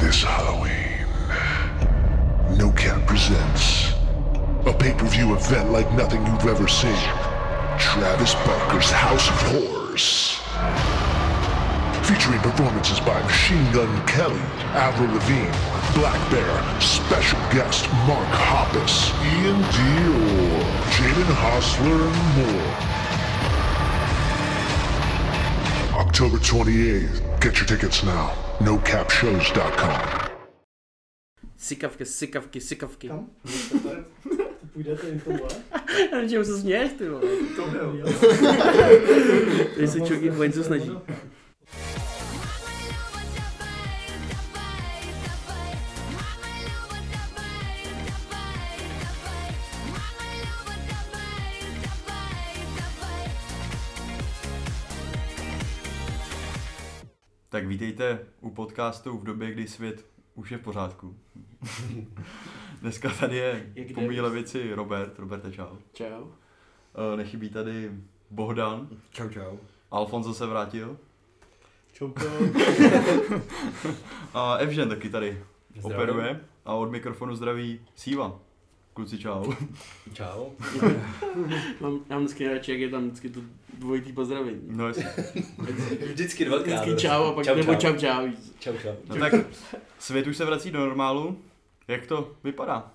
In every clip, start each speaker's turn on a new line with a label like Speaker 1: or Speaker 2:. Speaker 1: this Halloween, No Cat presents a pay-per-view event like nothing you've ever seen. Travis Barker's House of Horrors. Featuring performances by Machine Gun Kelly, Avril Lavigne, Black Bear, special guest Mark Hoppus, Ian Dior, Jaden Hostler, and more. October 28th. Get your tickets now. NoCapShows.com.
Speaker 2: Sikavky, sikavky, sikavky.
Speaker 3: Kam? Půjdete jim tohle?
Speaker 2: Já nevím, čemu se směješ, ty vole.
Speaker 3: To byl.
Speaker 2: Tady se člověk něco snaží.
Speaker 4: Tak vítejte u podcastu v době, kdy svět už je v pořádku. Dneska tady je
Speaker 2: Jak
Speaker 4: po
Speaker 2: jde?
Speaker 4: mý levici Robert, Roberte čau.
Speaker 2: Čau.
Speaker 4: Eh, Nechybí tady Bohdan,
Speaker 5: Čau, čau.
Speaker 4: Alfonso se vrátil
Speaker 3: Čauko.
Speaker 4: a Evžen taky tady operuje a od mikrofonu zdraví Síva. Kluci čau.
Speaker 5: Čau.
Speaker 2: Mám, mám vždycky radši, jak je tam vždycky to dvojitý pozdravení.
Speaker 4: No jasně.
Speaker 5: Vždycky dvakrát.
Speaker 2: Vždycky čau a pak
Speaker 5: čau,
Speaker 2: nebo
Speaker 5: čau.
Speaker 2: čau čau.
Speaker 5: Čau, čau.
Speaker 4: No tak svět už se vrací do normálu. Jak to vypadá?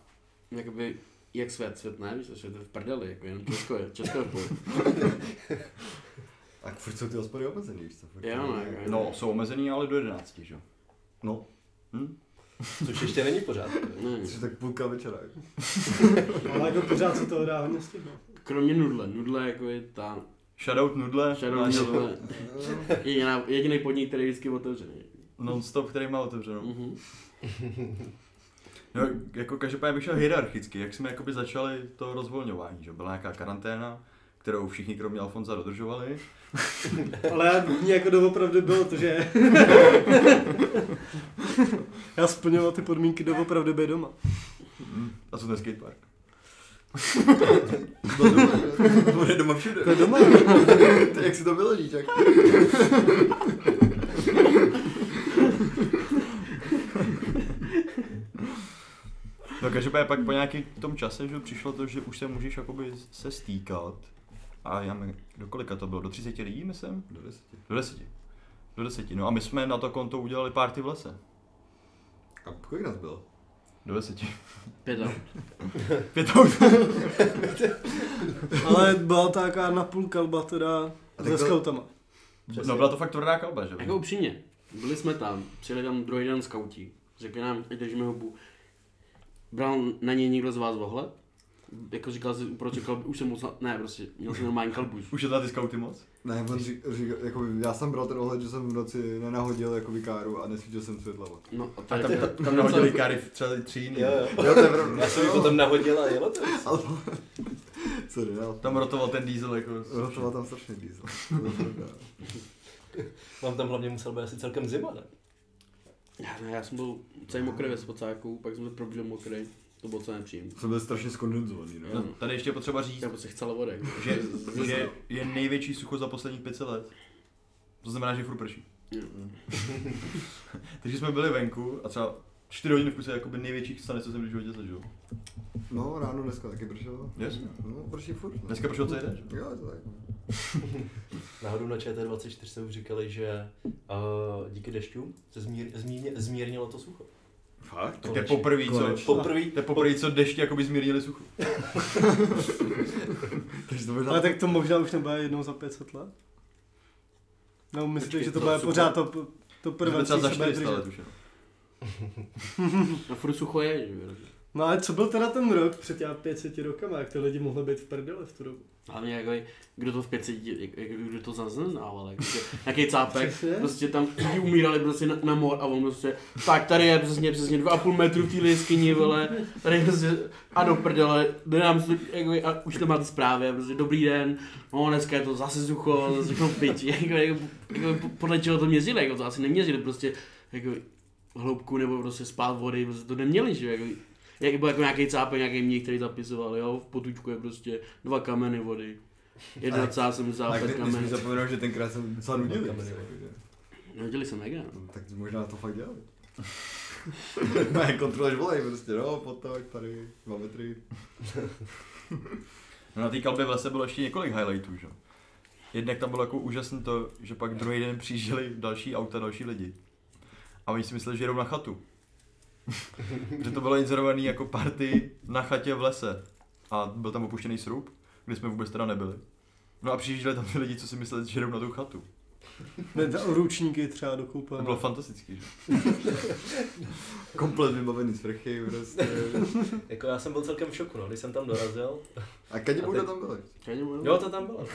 Speaker 2: Jakoby, jak svět, svět ne, víš, svět je v prdeli, jako jenom Česko je, Česko je v půl.
Speaker 6: Tak furt jsou ty hospody omezený, víš co? Furt
Speaker 2: Jo,
Speaker 6: to
Speaker 2: no,
Speaker 6: je-
Speaker 2: jako,
Speaker 4: No, jsou omezený ale do 11, že jo.
Speaker 6: No,
Speaker 4: Hm?
Speaker 5: Což ještě není pořád.
Speaker 2: Ne,
Speaker 6: což je tak půlka večera. jako.
Speaker 3: Ale jako pořád se toho dá hodně stihnout.
Speaker 2: kromě nudle, nudle jako je ta,
Speaker 4: Shoutout Nudle,
Speaker 2: Shadow
Speaker 4: náš
Speaker 2: nudle, je jediná, jediný podnik, který je vždycky otevřený.
Speaker 4: non-stop, který má otevřenou.
Speaker 2: Mhm.
Speaker 4: No, jako každopádně bych šel hierarchicky, jak jsme jakoby začali to rozvolňování, že byla nějaká karanténa, kterou všichni kromě Alfonza dodržovali.
Speaker 3: Ale já v ní jako doopravdy bylo to, že... já splňoval ty podmínky doopravdy být doma.
Speaker 4: A co ten skatepark?
Speaker 6: Bylo doma, to je doma všude.
Speaker 3: To je doma.
Speaker 6: To jak si to vyložíš, jak?
Speaker 4: No každopádně pak po nějakém tom čase, že přišlo to, že už se můžeš jakoby se stýkat. A já mi, do kolika to bylo? Do 30 lidí, myslím?
Speaker 6: Do deseti.
Speaker 4: Do 10. Do 10. No a my jsme na to konto udělali party v lese.
Speaker 6: A kolik nás bylo?
Speaker 4: Do 10.
Speaker 2: Pět let.
Speaker 4: Pět aut.
Speaker 3: Ale byla to taková napůl kalba teda
Speaker 6: tak
Speaker 3: se
Speaker 6: to-
Speaker 3: skautama.
Speaker 4: No byla to fakt tvrdá kalba, že
Speaker 2: Jako
Speaker 4: jo?
Speaker 2: upřímně, byli jsme tam, přijeli tam druhý den skauti, řekli nám, ať držíme hubu. Bral na něj někdo z vás ohled? Jako říkal si, proč říkal, už jsem moc, ne, prostě, měl jsem normální kalbuš.
Speaker 4: Už je tady skauty moc?
Speaker 6: Ne, on řík, řík, jakoby, já jsem bral ten ohled, že jsem v noci nenahodil jakoby káru a nesvítil jsem světla. Jo,
Speaker 2: No, a
Speaker 4: A
Speaker 2: tady,
Speaker 4: tam,
Speaker 2: tam,
Speaker 4: tam, tam nahodili kary v třeba tři jiný.
Speaker 5: Jo, jo.
Speaker 6: to je pravda.
Speaker 5: Já jsem ji potom nahodil a jelo to.
Speaker 6: Ale... Sorry, ale...
Speaker 4: Tam rotoval ten diesel jako...
Speaker 6: Rotoval tam strašně diesel. To je pravda.
Speaker 5: Vám tam hlavně musel být asi celkem zima, ne?
Speaker 2: já, ne, já jsem byl celý mokrý ve spacáku, pak jsem se probudil mokrý, to bylo celé nepříjemné.
Speaker 6: Jsem byl strašně skondenzovaný, no.
Speaker 4: No, tady ještě je potřeba říct,
Speaker 2: Já prostě chcela vody. jako.
Speaker 4: že, že je největší sucho za posledních 500 let. To znamená, že furt prší.
Speaker 2: Jo.
Speaker 4: Takže jsme byli venku a třeba 4 hodiny v kuse je jakoby největší stanec, co jsem v životě zažil.
Speaker 6: No, ráno dneska taky pršelo.
Speaker 4: Jasně.
Speaker 6: No, prší furt. no.
Speaker 4: Dneska pršelo celý den, že?
Speaker 6: Jo, je to tak.
Speaker 5: Náhodou na ČT24 se už říkali, že uh, díky dešťům se zmír, zmírně, zmírnilo to sucho.
Speaker 6: Fakt?
Speaker 4: Tak to je poprvé, co,
Speaker 6: Konečně.
Speaker 5: Poprvé,
Speaker 4: to je poprvé, co deště jakoby zmírnili sucho.
Speaker 6: Takže to by
Speaker 3: Ale tak to možná už nebude jednou za 500 let. No, myslíte,
Speaker 2: Počkej,
Speaker 3: že to
Speaker 2: to
Speaker 3: bude
Speaker 2: super.
Speaker 3: pořád to, to
Speaker 4: Prvé
Speaker 3: prvé,
Speaker 4: třeba
Speaker 3: co
Speaker 4: za
Speaker 3: se bude
Speaker 4: 400
Speaker 3: držet.
Speaker 4: let už. jo.
Speaker 2: A furt sucho je, že jo.
Speaker 3: No ale co byl teda ten rok před těmi 500 rokama, jak ty lidi mohli být v prdele v tu dobu?
Speaker 2: Hlavně jako, kdo to v 500, dí- jak- jak- kdo to zaznamenával, jako, že nějaký cápek,
Speaker 3: Přesně.
Speaker 2: prostě tam lidi umírali prostě na, na mor a on prostě, tak tady je přesně, přesně 2,5 metru v téhle jeskyni, vole, tady prostě, a do prdele, jde nám, to, jako, a už to máte zprávy, a prostě dobrý den, no dneska je to zase sucho, zase všechno v piči, jako, jako, jako, po- podle čeho to měřili, jako to asi neměřili, prostě, jako, hloubku nebo prostě spát vody, prostě to neměli, že jo, jako, jak byl jako nějaký cápek, nějaký mních, který zapisoval, jo, v potučku je prostě dva kameny vody. Jedna
Speaker 6: Ale-
Speaker 2: cála jsem
Speaker 6: Tak
Speaker 2: západ
Speaker 6: když mi
Speaker 2: kamen.
Speaker 6: zapomenout, že tenkrát jsem docela nudil.
Speaker 5: Kameny,
Speaker 6: takže-
Speaker 2: Hodili jsem mega, no.
Speaker 6: Tak možná to fakt dělali. Ne, kontroluješ volej prostě, no, potok, tady, dva metry.
Speaker 4: No na té kalbě v lese bylo ještě několik highlightů, že? jo. Jednak tam bylo jako úžasné to, že pak druhý den přijížděli další auta, další lidi. A oni si mysleli, že jedou na chatu. že to bylo inzerovaný jako party na chatě v lese. A byl tam opuštěný srub, kde jsme vůbec teda nebyli. No a přijížděli tam ty lidi, co si mysleli, že jedou na tu chatu.
Speaker 3: Ne, ta- ručníky třeba do
Speaker 4: To
Speaker 3: koupelny.
Speaker 4: bylo fantastický, že?
Speaker 6: Komplet vybavený sprchy, prostě.
Speaker 5: Jako já jsem byl celkem v šoku, no, když jsem tam dorazil.
Speaker 6: A kadě
Speaker 5: A
Speaker 6: bude
Speaker 5: teď-
Speaker 6: tam byli?
Speaker 5: Jo, to tam bylo. A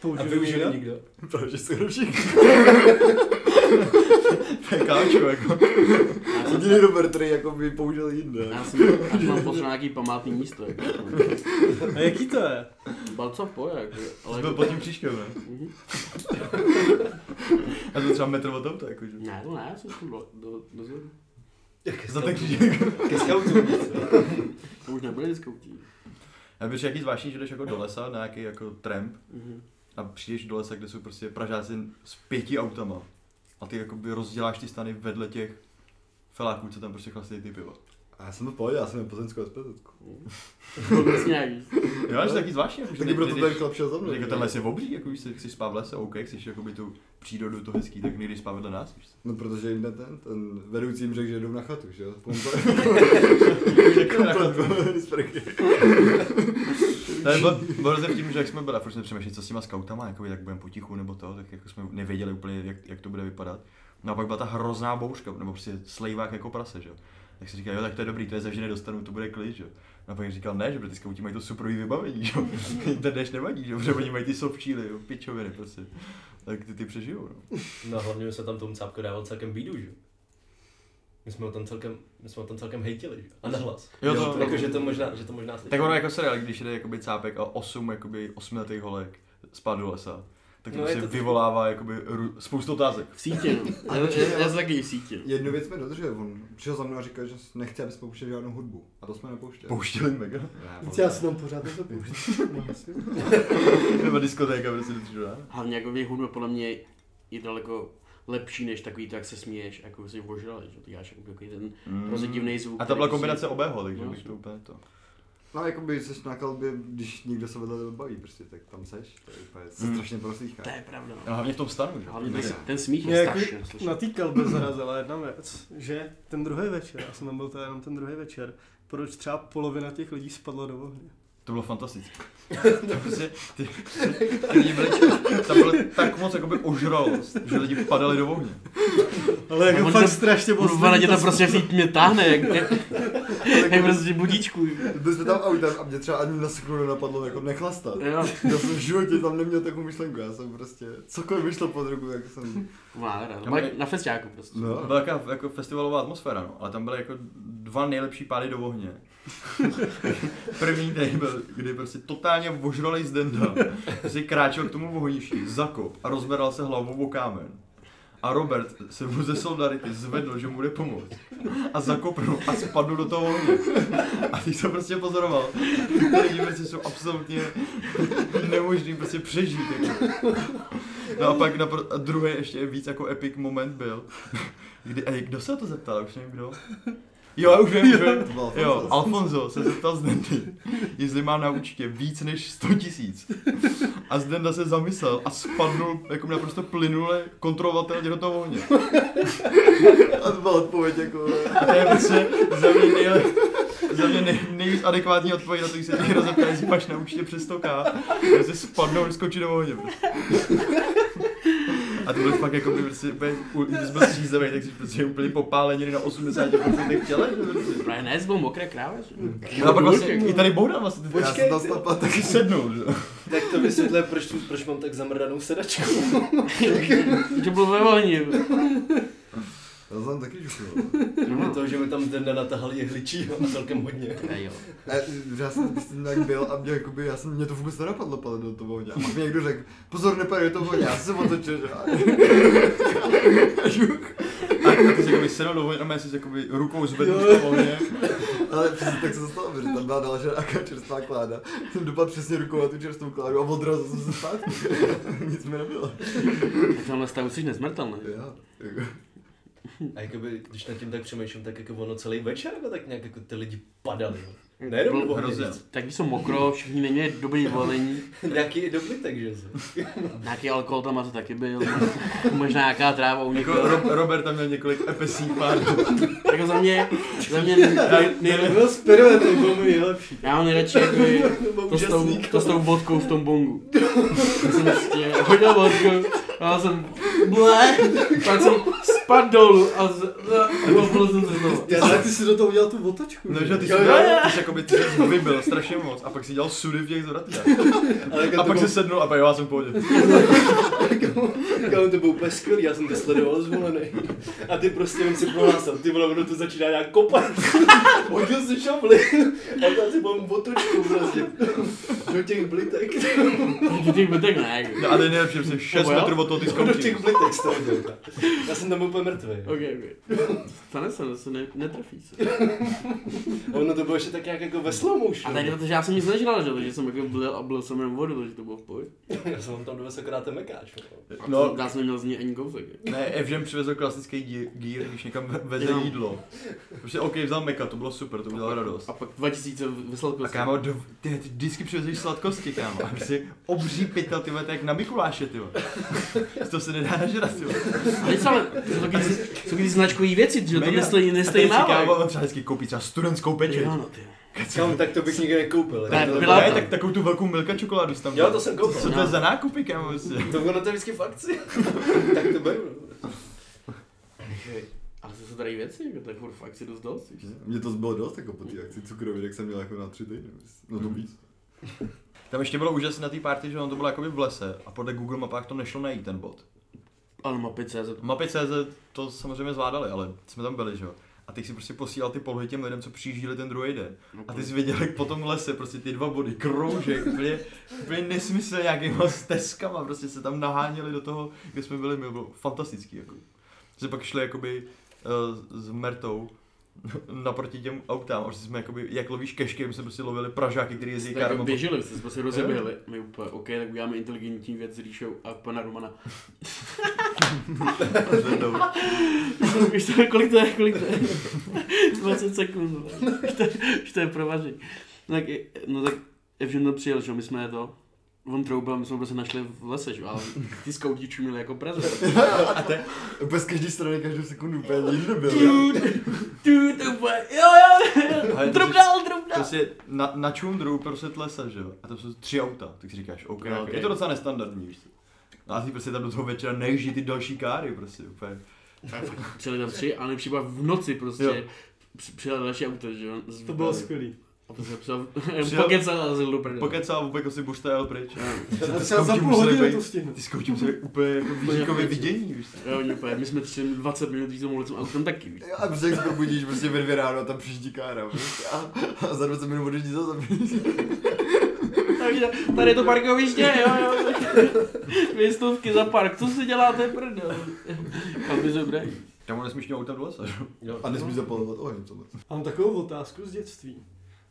Speaker 3: Použili
Speaker 5: využili
Speaker 3: někdo?
Speaker 5: nikdo.
Speaker 6: Protože jsou to všichni.
Speaker 4: To je káčo, jako.
Speaker 2: Já jsem,
Speaker 6: Jediný Robert, který jako by použil jinde.
Speaker 2: já jsem, já jsem tam poslal nějaký památný místo. Jako.
Speaker 3: A jaký to je?
Speaker 2: Balco poje, jako, ale...
Speaker 4: Jsi byl pod tím příškem, ne?
Speaker 2: Mhm.
Speaker 4: Já jsem třeba metr od auta, jako, jakože.
Speaker 2: Ne, to ne, já jsem tam do, do, do zemi.
Speaker 4: Za ten křížek.
Speaker 5: Ke scoutům.
Speaker 2: To už nebyly diskoutí.
Speaker 4: Já bych řekl, jaký zvláštní, že jdeš jako do lesa na nějaký jako tramp
Speaker 2: Mhm.
Speaker 4: a přijdeš do lesa, kde jsou prostě pražáci s pěti autama a ty jakoby rozděláš ty stany vedle těch feláků, co tam prostě chlastejí ty piva.
Speaker 6: A já jsem to pojď, já jsem měl plzeňskou SPZ.
Speaker 2: To vůbec nějak víc.
Speaker 4: Jo, že taky zvláštní, jako, že
Speaker 6: Taky proto
Speaker 4: nejdeš-
Speaker 6: ten chlap šel za mnou.
Speaker 4: že
Speaker 6: že?
Speaker 4: jako ten les je obří, jako když se- chceš spát v lese, OK, chceš jakoby tu přírodu, to hezký, tak nejdeš spát vedle nás, víš co?
Speaker 6: No protože jim jde ten, ten vedoucí jim řekl, že jdou na chatu, že jo? Komplet vybavený sprchy.
Speaker 4: Ne, bylo, bylo hrozně vtím, že jak jsme byli, a furt jsme přemýšleli, co s těma scoutama, jakoby, jak budeme potichu nebo to, tak jako jsme nevěděli úplně, jak, jak to bude vypadat. No a pak byla ta hrozná bouřka, nebo prostě slejvák jako prase, že jo. Tak si říkal, jo, tak to je dobrý, to je zažené dostanu, to bude klid, že jo. No a pak říkal, ne, že protože ty skauti mají to superový vybavení, že jo. Ten dešť nevadí, že jo, protože oni mají ty sovčíly, jo, pičoviny prostě. Tak ty, ty přežijou, no.
Speaker 5: No a hlavně se tam tomu cápku dával celkem bídu, že? jo. My jsme ho tam celkem, my jsme ho tam celkem hejtili, že? jo. A nahlas.
Speaker 4: Jo, to-
Speaker 5: jako, že to možná, že to možná slyšíš.
Speaker 4: Tak ono jako seriál, když jde jakoby cápek a osm, jakoby osmiletých holek spát do lesa, tak to
Speaker 5: No,
Speaker 4: no,
Speaker 5: je
Speaker 4: prostě
Speaker 5: to-
Speaker 4: vyvolává jakoby ru- spoustu otázek.
Speaker 2: V sítě, no. Já, já, já jsem taky v sítě.
Speaker 6: Jednu věc mi dodržel, on přišel za mnou a říkal, že nechce, aby jsme pouštěli žádnou hudbu. A to jsme nepouštěli.
Speaker 4: Pouštěli mega.
Speaker 6: Ne,
Speaker 3: Víc já si tam pořád nezapouštím. No, jasně.
Speaker 4: Nebo diskotéka, prostě do tří
Speaker 2: Hlavně jako jejich hudba podle mě je daleko lepší než takový to, jak se směješ, jako si ožrali, že ty děláš jako takový ten hrozně divný zvuk.
Speaker 4: Mm. A to byla
Speaker 2: který
Speaker 4: kombinace obého, takže
Speaker 2: No,
Speaker 4: bych
Speaker 2: jasně.
Speaker 4: to úplně to.
Speaker 6: No, jako by seš na kalbě, když někdo se vedle tebe baví, prostě, tak tam seš, to je úplně, se
Speaker 4: Hmm.
Speaker 6: strašně
Speaker 2: Si...
Speaker 6: proslýchá.
Speaker 2: To je pravda.
Speaker 4: A
Speaker 2: no.
Speaker 4: hlavně v tom stanu, že?
Speaker 2: Hlavně ten,
Speaker 4: Mega.
Speaker 2: ten smích
Speaker 3: Mě
Speaker 2: je
Speaker 3: jako
Speaker 2: strašně slyšet.
Speaker 3: na té kalbe zarazila jedna věc, že ten druhý večer, já jsem tam byl teda jenom ten druhý večer, proč třeba polovina těch lidí spadla do ohně.
Speaker 4: To bylo fantastické. to prostě, ty, ty lidi byli, tam bylo tak moc jakoby ožralost, že lidi padali do ohně.
Speaker 3: Ale
Speaker 4: No,
Speaker 3: jako
Speaker 2: on
Speaker 3: fakt
Speaker 2: tam-
Speaker 3: strašně moc.
Speaker 2: Kurva, na
Speaker 3: lidí
Speaker 2: tě
Speaker 3: to
Speaker 2: tam prostě v té tmě táhne, jak, jak,
Speaker 6: Ale
Speaker 2: jak
Speaker 6: jako,
Speaker 2: prostě budíčku.
Speaker 6: Byli jsme tam autem a mě třeba ani na sekundu nenapadlo jako nechlastat.
Speaker 2: Jo,
Speaker 6: Já jsem v životě tam neměl takovou myšlenku, já jsem prostě, cokoliv vyšlo pod ruku, jak jsem,
Speaker 2: Mára,
Speaker 4: Tam je-
Speaker 2: no. na festiáku prostě.
Speaker 4: To
Speaker 6: no.
Speaker 4: byla jaká, jako festivalová atmosféra, no, ale tam byly jako dva nejlepší pády do ohně. První den byl, kdy prostě totálně ožralej z denda, prostě kráčel k tomu ohniši, zakop a rozberal se hlavou o kámen. A Robert se mu ze solidarity zvedl, že mu jde pomoct. A zakopnul a spadl do toho ohně. A ty jsem prostě pozoroval. Ty lidi prostě jsou absolutně nemožný prostě přežít. Jako. No a pak napr- a druhý ještě víc jako epic moment byl, Kdy, ej, kdo se na to zeptal, Já už nevím kdo. Jo, já už vím, už vím.
Speaker 6: To bylo
Speaker 4: Jo, Alfonso se zeptal Zdendy, jestli má na účtě víc než 100 tisíc. A Zdenda se zamyslel a spadnul jako naprosto plynule kontrolovatelně do toho ohně.
Speaker 6: A to byla odpověď jako,
Speaker 4: A to je prostě za mě, nejle, za mě nej, nejvíc adekvátní odpověď na to, když se někdo zeptá, jestli máš na účtě přes 100k, že spadnou, skočí do ohně. prostě. A to byl fakt jako by prostě úplně, u- když byl střízavý, tak jsi prostě úplně popálený na 80% těle. že prostě.
Speaker 2: Právě ne, byl mokré krávě. že? no.
Speaker 4: A pak vlastně, i tady Bouda vlastně. ty-
Speaker 6: já jsem tam stapal taky
Speaker 4: Taky sednul, že?
Speaker 5: tak to vysvětluje, proč, tu- proč mám tak zamrdanou sedačku.
Speaker 2: To bylo ve No, vohni.
Speaker 6: Já jsem taky žuchnul.
Speaker 5: Kromě toho, že mi tam den natahal jehličí a celkem hodně.
Speaker 2: Ne, no. jo.
Speaker 6: A já jsem s tím tak byl a mě, jakoby, já jsem, mě to vůbec nenapadlo palit do toho voně. A pak mi někdo řekl, pozor, nepadej do toho voně, já jsem se otočil, že
Speaker 4: A ty jsi jakoby sedl do vojna, jsi jakoby rukou zvedl v tom ohně.
Speaker 6: Ale přesně tak se to stalo, protože tam byla další nějaká čerstvá kláda. Jsem dopadl přesně rukou na tu čerstvou kládu a odrazu jsem se zpátky. Nic mi nebylo.
Speaker 2: V tomhle stavu jsi nezmrtelný.
Speaker 6: Jo, jako.
Speaker 5: A jakoby, když nad tím tak přemýšlím, tak jako ono celý večer, jako tak nějak jako ty lidi padaly. Nejenom
Speaker 2: Byl
Speaker 4: hrozil.
Speaker 2: Tak když jsou mokro, všichni neměli dobrý volení,
Speaker 5: Nějaký dobytek, že jo.
Speaker 2: nějaký alkohol tam asi taky byl, no. možná nějaká tráva u
Speaker 4: Jako
Speaker 2: někoho.
Speaker 4: Rob, Robert tam měl několik epesí pádů.
Speaker 2: Jako za mě, za mě nej, nej, nej,
Speaker 5: Byl spirit, to byl můj nejlepší.
Speaker 2: já mám nejradši jakoby,
Speaker 5: byl
Speaker 2: to, s tou,
Speaker 5: úžasný.
Speaker 2: to s tou bodkou v tom bongu. Já jsem prostě hodil bodku, a já jsem ble, pak jsem spadl dolů a z, a koupil jsem se znovu.
Speaker 3: Já, ale ty jsi do toho udělal tu otočku.
Speaker 4: No,
Speaker 3: že?
Speaker 4: že ty jsi,
Speaker 5: Jo, jo,
Speaker 4: dělal, ty jsi jakoby ty jsi vybil strašně moc a pak si dělal sudy v těch zratlách.
Speaker 5: Ale jako
Speaker 4: A
Speaker 5: to
Speaker 4: pak
Speaker 5: bylo-
Speaker 4: si sednul a pak jo, já jsem v pohodě.
Speaker 5: Kámo, to bylo úplně skvělý, já jsem to sledoval zvolený. A ty prostě jen si prohlásil, ty vole, ono to začíná nějak kopat. Hodil si šabli a já si mám otočku prostě. Do těch blitek.
Speaker 2: Do těch bytek ne. jako.
Speaker 4: No a teď nejlepší, že 6
Speaker 2: Well.
Speaker 4: metrů od toho ty
Speaker 5: Do těch
Speaker 4: skončíš.
Speaker 5: blitek z toho byl. Já jsem tam byl úplně mrtvý.
Speaker 2: Ok, ok. Stane se, to se ne, netrefí se.
Speaker 5: A Ono to bylo ještě tak nějak jako ve slow
Speaker 2: A
Speaker 5: motion.
Speaker 2: tady, protože já jsem nic nežral, že, takže jsem jako blil a blil jsem jenom vodu, takže to bylo v pohodě.
Speaker 5: Já jsem vám tam dovez akorát ten mekáč. vole.
Speaker 4: No,
Speaker 2: Já jsem neměl z ní ani kousek. jako.
Speaker 4: ne, Evžem přivezl klasický gí- gír, když někam ve- veze
Speaker 2: Jenom.
Speaker 4: jídlo. Prostě OK, vzal meka, to bylo super, to udělal radost.
Speaker 2: A pak 2000 vyslal
Speaker 4: A
Speaker 2: kousek.
Speaker 4: kámo, do, ty, ty vždycky přivezeš sladkosti, kámo. A prostě obří pytel, ty vole, to je jak na Mikuláše, ty vole. To se nedá nažrat, ty vole.
Speaker 2: Ale co, ale to jsou takový, jsou takový značkový věci, že to
Speaker 4: Mega.
Speaker 2: nestojí,
Speaker 4: A tady
Speaker 2: nestojí
Speaker 4: si,
Speaker 2: málo.
Speaker 4: Kámo,
Speaker 2: jako.
Speaker 4: on třeba vždycky koupí třeba studentskou pečeť.
Speaker 2: Jo, no, ty.
Speaker 5: Kámo, tak to bych nikdy nekoupil.
Speaker 2: Ne,
Speaker 5: To
Speaker 2: byla-
Speaker 5: bylo-
Speaker 4: Ne, tak takovou tu velkou milka čokoládu jsi tam
Speaker 5: Jo,
Speaker 4: dal.
Speaker 5: to jsem koupil.
Speaker 4: Co to je za nákupy, kámo, prostě?
Speaker 5: To bylo na to vždycky v akci. Tak to beru. no.
Speaker 2: Ale to jsou tady věci, jako to je furt fakt si dost dost. víš.
Speaker 6: Mě to bylo dost jako po té akci cukrovinek jsem měl jako na tři týdny. No to víc.
Speaker 4: Tam ještě bylo úžasné na té party, že on to bylo jakoby v lese a podle Google mapách to nešlo najít ten bod.
Speaker 2: Ale mapy CZ.
Speaker 4: Mapy.cz to samozřejmě zvládali, ale jsme tam byli, že jo. A ty jsi prostě posílal ty polohy těm lidem, co přijížděli ten druhý den. A ty jsi viděl, jak po tom lese prostě ty dva body kroužek, úplně, úplně nesmysl nějakýma stezkama, prostě se tam naháněli do toho, kde jsme byli, my bylo fantastický, jako. Že pak šli jakoby uh, s Mertou naproti těm autám, a prostě jsme jakoby, jak lovíš kešky, my jsme prostě lovili pražáky, který jezdí
Speaker 2: Tak jako
Speaker 4: kárma. po-
Speaker 2: běželi, jste se rozeběhli. My úplně, OK, tak uděláme inteligentní věc s Ríšou a pana Romana.
Speaker 4: zvedou.
Speaker 2: Víš to, kolik to je, kolik to je? 20 sekund, vole. Už to, už to je provaření. No tak, no tak Evžen to přijel, že jo, my jsme to, on troubil, my jsme ho prostě našli v lese, že jo, ale ty skautíčů měli jako prezent.
Speaker 6: Bez každé strany, každou sekundu úplně nikdo byl.
Speaker 2: Tu, tu, to úplně, jo, jo,
Speaker 4: Ale
Speaker 2: jo,
Speaker 4: to
Speaker 2: drop
Speaker 4: jsi-
Speaker 2: dál, drop
Speaker 3: No.
Speaker 2: dál.
Speaker 4: Prostě na, na čundru prostě tlesa, že jo? A to jsou tři auta, tak si říkáš, OK,
Speaker 2: No,
Speaker 3: Jako
Speaker 4: no,
Speaker 2: ok.
Speaker 4: okay. je to docela nestandardní, víš co? No a ty prostě tam do toho večera nejíždí ty další káry, prostě úplně.
Speaker 2: Přijeli tam tři, ale nejlepší byla v noci
Speaker 4: Jo.
Speaker 2: prostě. Při- Přijel další auto, že jo? z
Speaker 3: To bylo
Speaker 2: Vltavy.
Speaker 3: skvělý.
Speaker 2: A to se psal,
Speaker 4: Přijel-
Speaker 2: pokecal a zjel do prdele.
Speaker 4: Pokecal vůbec jako si buštajel pryč.
Speaker 3: Já
Speaker 4: Ty s
Speaker 3: třeba za
Speaker 4: koutím
Speaker 3: půl
Speaker 4: museli
Speaker 3: hodiny
Speaker 4: být-
Speaker 3: to stihnu.
Speaker 4: Ty s koutím se úplně jako výžikové vidění, víš co?
Speaker 2: Jo, oni úplně, my jsme tři 20 minut jízdou ulicem autem taky, víš.
Speaker 6: A prostě jak se probudíš prostě ve dvě ráno a tam přijíždí kára. prostě. A, a za 20 minut odjíždí zase.
Speaker 2: Takže tady je to parkoviště, jo, jo. Dvě stovky za park, co si děláte, prdel? Kam by dobré?
Speaker 4: Tam nesmíš měl auta do lesa, že jo?
Speaker 6: A nesmíš zapalovat oheň, co
Speaker 7: Hmm.
Speaker 3: A Mám takovou otázku z dětství.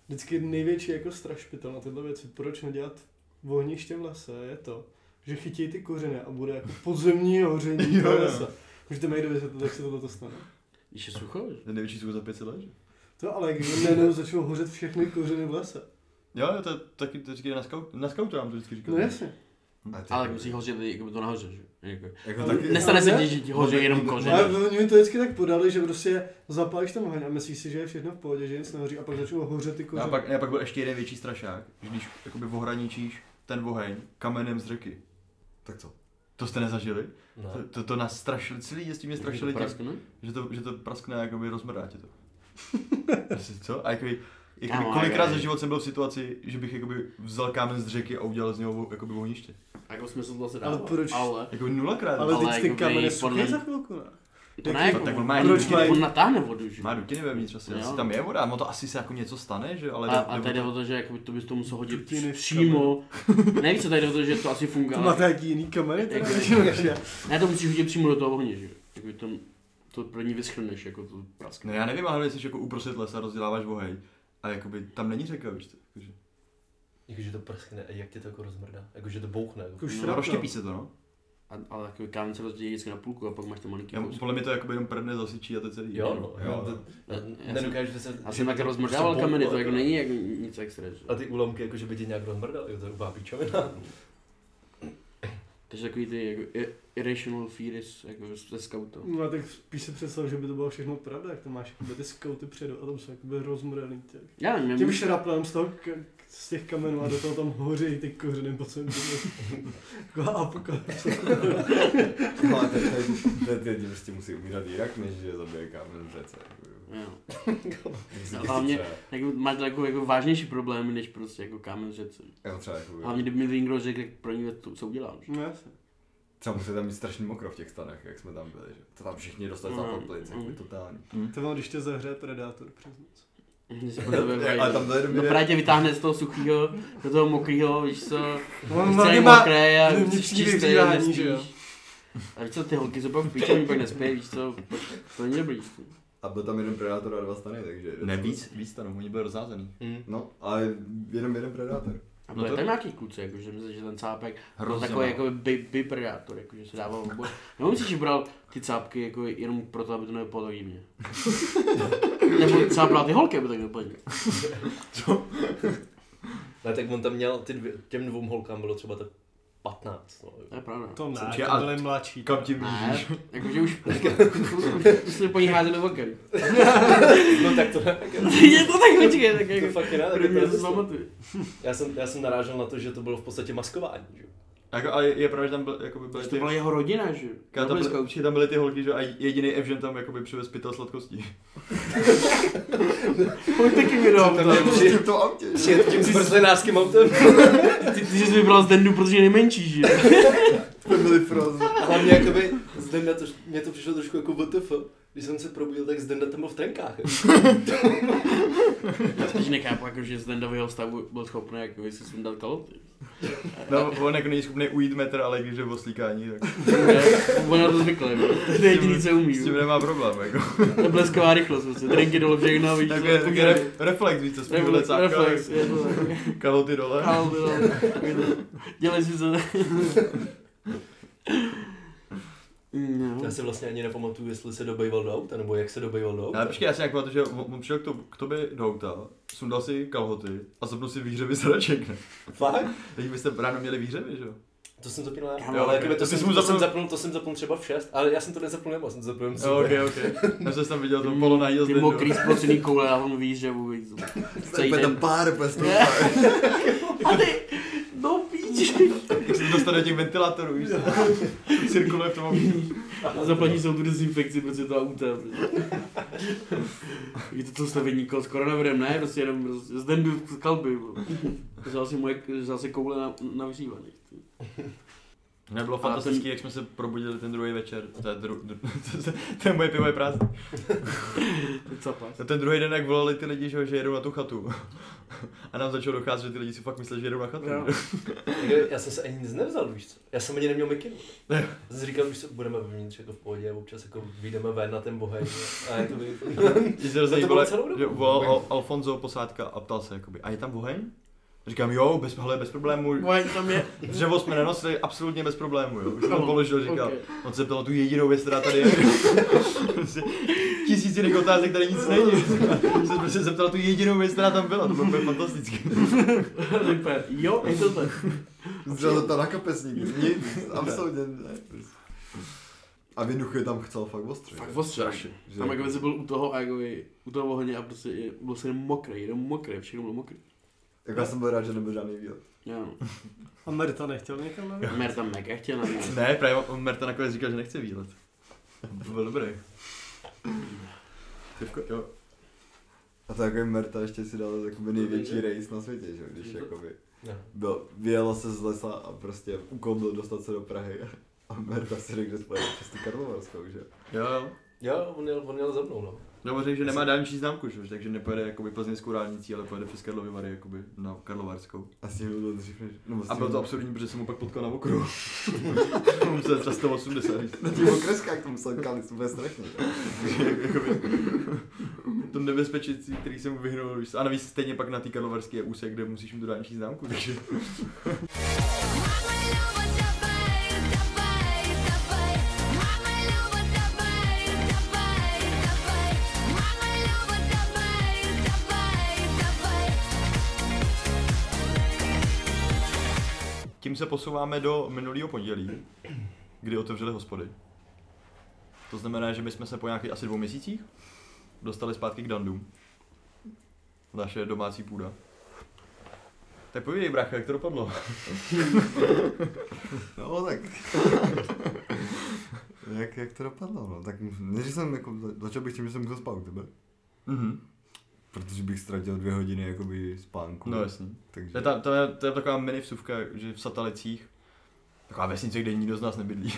Speaker 3: Vždycky největší jako strašpitel na tyhle věci, proč nedělat v ohniště v lese, je to, že chytí ty kořeny a bude jako podzemní hoření
Speaker 4: Jo,
Speaker 3: toho
Speaker 4: jo.
Speaker 3: lesa. Můžete mi někdo vysvětlit, jak se tohle to stane?
Speaker 2: Když je sucho, že?
Speaker 4: To je Největší jsou za 500 let, že? jo?
Speaker 3: To ale když najednou začalo hořet všechny kořeny v lese.
Speaker 4: Jo, jo, to je taky to říkají na, scout, na scoutu, nám to vždycky říkali.
Speaker 3: No jasně.
Speaker 2: Ale tak musí hořet, jako by to nahoře, že? Jako.
Speaker 4: No,
Speaker 6: Jako taky.
Speaker 2: Nestane se,
Speaker 3: Ale-
Speaker 2: když ti hoří jenom kože.
Speaker 3: Ale oni mi to vždycky tak podali, že prostě zapálíš tam oheň a myslíš si, že je všechno v pohodě, že nic nehoří a pak začalo hořet ty
Speaker 4: A
Speaker 3: kořeny.
Speaker 4: no, pak, a pak byl ještě jeden větší strašák, že když jakoby ohraničíš ten oheň kamenem z řeky.
Speaker 6: Tak co?
Speaker 4: To jste nezažili?
Speaker 5: No.
Speaker 4: To, to, to nás strašili, celý jezdí mě strašili tím,
Speaker 2: praskne?
Speaker 4: že to, že to praskne a jakoby rozmrdá tě to. Prostě co? A jakoby, jakoby
Speaker 2: Kámo,
Speaker 4: kolikrát
Speaker 2: jakoby-
Speaker 4: za život jsem byl v situaci, že bych jakoby vzal kámen z řeky a udělal z něho vo- jakoby ohniště.
Speaker 2: Jako smysl to asi
Speaker 3: Ale
Speaker 2: dává.
Speaker 3: proč?
Speaker 2: Ale,
Speaker 4: Jakoby nulakrát.
Speaker 3: Ale
Speaker 4: Ale...
Speaker 2: ale
Speaker 3: teď ty
Speaker 2: jakoby
Speaker 3: kameny
Speaker 2: podle
Speaker 3: suchají
Speaker 2: mě-
Speaker 3: za chvilku, ne?
Speaker 2: to ne, jako,
Speaker 4: tak on
Speaker 2: on,
Speaker 4: má
Speaker 2: on,
Speaker 4: proč
Speaker 3: mají-
Speaker 2: on natáhne vodu, že?
Speaker 4: Má dutiny vevnitř asi,
Speaker 2: Jo.
Speaker 4: asi tam je voda, no to asi se jako něco stane, že jo? Ale
Speaker 2: A,
Speaker 4: ne-
Speaker 2: a
Speaker 4: nebo
Speaker 2: tady jde
Speaker 4: to-
Speaker 2: o to, že jako by to bys to musel hodit
Speaker 3: Ty než
Speaker 2: přímo. Nevíš, co tady jde o to, že to asi funguje.
Speaker 3: To
Speaker 2: ale-
Speaker 3: máte jaký jiný kameny? teda,
Speaker 2: Jako-
Speaker 3: než- než já.
Speaker 2: Ne, to musíš hodit přímo do toho ohně, že jo? Jakoby to, to pro ní vyschrneš, jako to praskne.
Speaker 4: No já nevím, ale jestli jsi jako uprostřed lesa rozděláváš oheň a jakoby tam není řeka, víš co? Jakože-
Speaker 5: Jakože to prskne a jak tě to jako rozmrdá? Jakože to bouchne. Jako.
Speaker 3: Jako
Speaker 4: No,
Speaker 3: šrapnel.
Speaker 4: rozštěpí se to, no.
Speaker 2: A, ale takový kámen se rozdělí vždycky na půlku a pak máš to malinký
Speaker 4: Já,
Speaker 2: kousek.
Speaker 4: podle mě to jakoby jenom prdne zasičí a to je celý.
Speaker 5: Jo, no, jo.
Speaker 4: to-
Speaker 5: no.
Speaker 2: Já- já
Speaker 5: Nedokážu se...
Speaker 2: Já
Speaker 5: že-
Speaker 2: jsem tak
Speaker 5: že-
Speaker 2: rozmrdával
Speaker 5: že-
Speaker 2: kameny, to
Speaker 5: že-
Speaker 2: jako není jako nic extra. že?
Speaker 5: A ty úlomky, jako že by tě nějak rozmrdal, jo, to je úplná píčovina.
Speaker 2: Takže takový ty jako ir- irrational fears jako ze scoutu.
Speaker 3: No a tak spíš si představ, že by to bylo všechno pravda, jak to máš jakoby ty skauty předu a tam jsou jakoby rozmrelý. Tak.
Speaker 2: Já nevím,
Speaker 3: Tím
Speaker 2: mě-
Speaker 3: šraplem z, toho, k- z těch kamenů a do toho tam hoří ty kořeny po celém Jako těle. Taková apokalypse.
Speaker 7: Ale teď, teď, teď prostě musí umírat jinak, než že zabije kámen přece.
Speaker 2: jo. No, hlavně, jako, máš jako, jako vážnější problémy, než prostě jako kámen v řece.
Speaker 7: Já třeba, jako,
Speaker 2: Hlavně kdyby mi to někdo řekl, tak pro ně to, co udělám. že?
Speaker 3: No jasně.
Speaker 7: třeba musí tam být strašně mokro v těch stanech, jak jsme tam byli, že? To tam všichni dostali za
Speaker 2: No,
Speaker 7: podplic, jako
Speaker 2: mm.
Speaker 7: totální.
Speaker 3: To vám, když tě zahře predátor přes noc.
Speaker 2: Mně se pro tebe vrátí.
Speaker 7: Ale tam to jenom
Speaker 2: No
Speaker 7: jde-
Speaker 2: právě tě vytáhne z toho suchého do toho mokrého, víš co,
Speaker 3: On
Speaker 2: celý
Speaker 3: hlavně No, má
Speaker 2: mokré a
Speaker 3: vnitřní
Speaker 2: jsi čistý a
Speaker 3: vyhřívání,
Speaker 2: nespíš.
Speaker 3: že jo?
Speaker 2: A víš co, ty holky jsou pak v píči, oni pak nespějí, víš co, to není dobrý.
Speaker 7: A byl tam jeden predátor a dva stany, takže...
Speaker 4: Ne, víc, víc stanů, oni byli rozházený.
Speaker 2: Hmm.
Speaker 5: Hm.
Speaker 7: No, ale jenom jeden predátor.
Speaker 2: A
Speaker 4: No
Speaker 2: byly
Speaker 4: to-
Speaker 2: tam nějaký kluci, jakože myslím, že ten cápek byl
Speaker 4: Hrozně
Speaker 2: takový
Speaker 4: málo.
Speaker 2: jako by, by predátor, jakože se dával No, oboj. Nebo myslíš, že bral ty cápky jako jenom proto, aby to nevypadlo jimě? Nebo cáp bral ty holky, aby tak nevypadly.
Speaker 5: Ne, tak on tam měl, ty dvě, těm dvou holkám bylo třeba tak 15, no.
Speaker 2: To je pravda.
Speaker 3: To ne,
Speaker 4: Určitě,
Speaker 3: to
Speaker 4: ale-
Speaker 3: byli mladší.
Speaker 4: Kam tím
Speaker 2: Ne, jakože už, už jsme po ní házeli okem.
Speaker 5: No tak to ne,
Speaker 2: Je to tak, počkej, tak
Speaker 5: to
Speaker 2: jako.
Speaker 5: fakt je ne, tak
Speaker 2: První,
Speaker 5: to
Speaker 2: co si
Speaker 5: nezvládnu.
Speaker 2: pamatuju.
Speaker 5: já jsem, já jsem narážel na to, že to bylo v podstatě maskování, že? jo.
Speaker 4: Jako, ale je pravda, že tam byl, jakoby byly
Speaker 2: Protože to
Speaker 4: ty...
Speaker 2: byla jeho rodina, že?
Speaker 4: Ká, tam,
Speaker 2: Nebyli
Speaker 4: byly, že tam byly ty holky, že a jediný Evžen tam jakoby přivez pytel sladkostí.
Speaker 2: Pojď taky mi do auta.
Speaker 5: Při-
Speaker 7: V tom autě, že?
Speaker 5: Přijet tím zmrzlinářským autem.
Speaker 2: Ty, ty jsi vybral z Dendu, protože je nejmenší, že?
Speaker 7: jsme byli frozen.
Speaker 5: A hlavně jakoby z Denda to, mě to přišlo trošku jako WTF. Když jsem se probudil, tak z Denda tam byl v trenkách.
Speaker 2: Já spíš nechápu, jako, že z Dendového stavu byl schopný jako, si sundat kalhoty.
Speaker 4: No, on jako není schopný ujít metr, ale když je v oslíkání, tak
Speaker 2: On na to zvyklý, bro. to je jediný, co umí.
Speaker 4: s tím
Speaker 2: bro.
Speaker 4: nemá problém, jako.
Speaker 2: To je blesková rychlost, prostě. Drinky dolů všechno, víš.
Speaker 4: Tak
Speaker 2: co,
Speaker 4: je, tak
Speaker 2: takže-
Speaker 4: je re, reflex, víc, co jsme byli
Speaker 2: Reflex,
Speaker 4: cápka,
Speaker 2: reflex, je to tak.
Speaker 4: kaloty dole.
Speaker 2: Kalhoty, no. Dělej si to. No.
Speaker 5: Já si vlastně ani nepamatuju, jestli se dobejval do auta, nebo jak se dobejval do
Speaker 4: Ale
Speaker 5: auta.
Speaker 4: počkej, já si nějak pamatuju, že on on přišel k, to, k tobě do auta, sundal si kalhoty a zapnul si výhřevy zraček, ne?
Speaker 5: Fakt?
Speaker 4: Teď vy jste ráno měli výhřevy, že jo?
Speaker 5: To jsem zapnul já.
Speaker 2: Jo,
Speaker 5: ale jakoby to,
Speaker 4: ty jsi
Speaker 5: jsem,
Speaker 4: mu
Speaker 5: to, jsem
Speaker 4: zapnul-
Speaker 5: zapnul, to jsem zapnul třeba v 6, ale já jsem to nezapnul nebo jsem to zapnul jenom
Speaker 4: Jo, No, ok, ok. Já jsem tam viděl to polo na jízdu.
Speaker 2: Ty mokrý splocený koule a on ví, že vůbec. Celý
Speaker 7: Úplně tam
Speaker 2: den.
Speaker 7: pár pestů.
Speaker 2: A ty, no píči.
Speaker 4: Jak se dostane do těch ventilátorů, víš co? Cirkuluje v tom období.
Speaker 2: A zaplatí jsou tu dezinfekci, protože to auta. Prostě. Je to to stavení kol s koronavirem, ne? Prostě jenom prostě z dendu z kalby. bo. Vzal si moje, vzal si koule na, na vřívany.
Speaker 4: Nebylo
Speaker 2: Ale
Speaker 4: fantastický, jak jsme se probudili ten druhý večer. To je, dru, dru, to je moje pivo je prázdné.
Speaker 2: Ty capas.
Speaker 4: No ten druhý den, jak volali ty lidi, že, jo, že jedou na tu chatu. A nám začalo docházet, že ty lidi si fakt mysleli, že jedou na chatu.
Speaker 2: Jo.
Speaker 5: Jakoby Já jsem se ani nic nevzal, víš co? Já jsem ani neměl mikinu. Já jsem si říkal, víš co, budeme vevnitř jako v pohodě a občas jako vyjdeme ven na ten bohej. A jakoby...
Speaker 4: Že se rozhodně
Speaker 5: To bylo
Speaker 4: bylo,
Speaker 5: celou dobu.
Speaker 4: že volal Al- Alfonso posádka a ptal se, jakoby, a je tam oheň? Říkám, jo, bez, hele, bez problému,
Speaker 2: Moje tam je.
Speaker 4: dřevo jsme nenosili, absolutně bez problému, jo. Už jsem to
Speaker 2: No,
Speaker 4: položil, říkal,
Speaker 2: ok.
Speaker 4: on se ptal na tu jedinou věc, která tady je. Prostě Tisíc jiných otázek, tady nic není. Jsem se prostě zeptal na tu jedinou věc, která tam byla, to bylo úplně fantastické.
Speaker 2: Super. Jo, je to tak.
Speaker 7: Zřel to na kapesník, nic, absolutně ne. prostě. A vynuch je tam chcel fakt ostře.
Speaker 2: Fakt ostře. Tam jako jsi byl u toho a jako u toho ohně a prostě je- byl jsem jenom mokrý, jenom mokrý, všechno bylo mokrý. no.
Speaker 7: Jako já jsem byl rád, že nebyl žádný výlet.
Speaker 2: Jo.
Speaker 3: A Merta nechtěl někam na
Speaker 2: Mer tam mega chtěl na mě.
Speaker 4: Ne, právě on Merta nakonec říkal, že nechce výlet. To byl dobrý. Pivko, jo.
Speaker 7: A to jako Merta ještě si dal jakoby největší race na světě, že jo, když jakoby
Speaker 5: No.
Speaker 7: byl, vyjelo se z lesa a prostě úkol byl dostat se do Prahy. A Merta si řekl, že spojil přes tu Karlovarskou, že jo.
Speaker 4: Jo, jo.
Speaker 5: Jo, on jel, on jel za mnou, no.
Speaker 4: Nebo řekl, že nemá dálniční známku, že? jo, takže nepojede jakoby plzeňskou dálnicí, ale pojede přes Karlovy Vary, jakoby na Karlovarskou.
Speaker 7: A s tím byl dřív než... Nebo s
Speaker 4: A
Speaker 7: tím
Speaker 4: bylo to absurdní, protože jsem mu pak potkal na okruhu. Musel třeba 180.
Speaker 7: Na těch okreskách to musel kalit, to bude strašně.
Speaker 4: Jakoby to nebezpečí, který jsem mu vyhnul. víš co. A navíc stejně pak na té Karlovarské je úsek, kde musíš mít tu dálniční známku, takže...
Speaker 8: Mama, love,
Speaker 4: tím se posouváme do minulého pondělí, kdy otevřeli hospody. To znamená, že my jsme se po nějakých asi dvou měsících dostali zpátky k Dandům. Naše domácí půda. Tak povídej, bracha, jak to dopadlo?
Speaker 6: No tak. jak, jak to dopadlo? No? Tak než jsem jako, za- začal bych tím, že jsem musel spát u tebe.
Speaker 4: Mhm.
Speaker 6: Protože bych ztratil dvě hodiny jakoby spánku.
Speaker 4: No jasný.
Speaker 6: takže...
Speaker 4: To je, ta, to, je, to je taková mini vsuvka, že v Satalicích, taková vesnice, kde nikdo z nás nebydlí.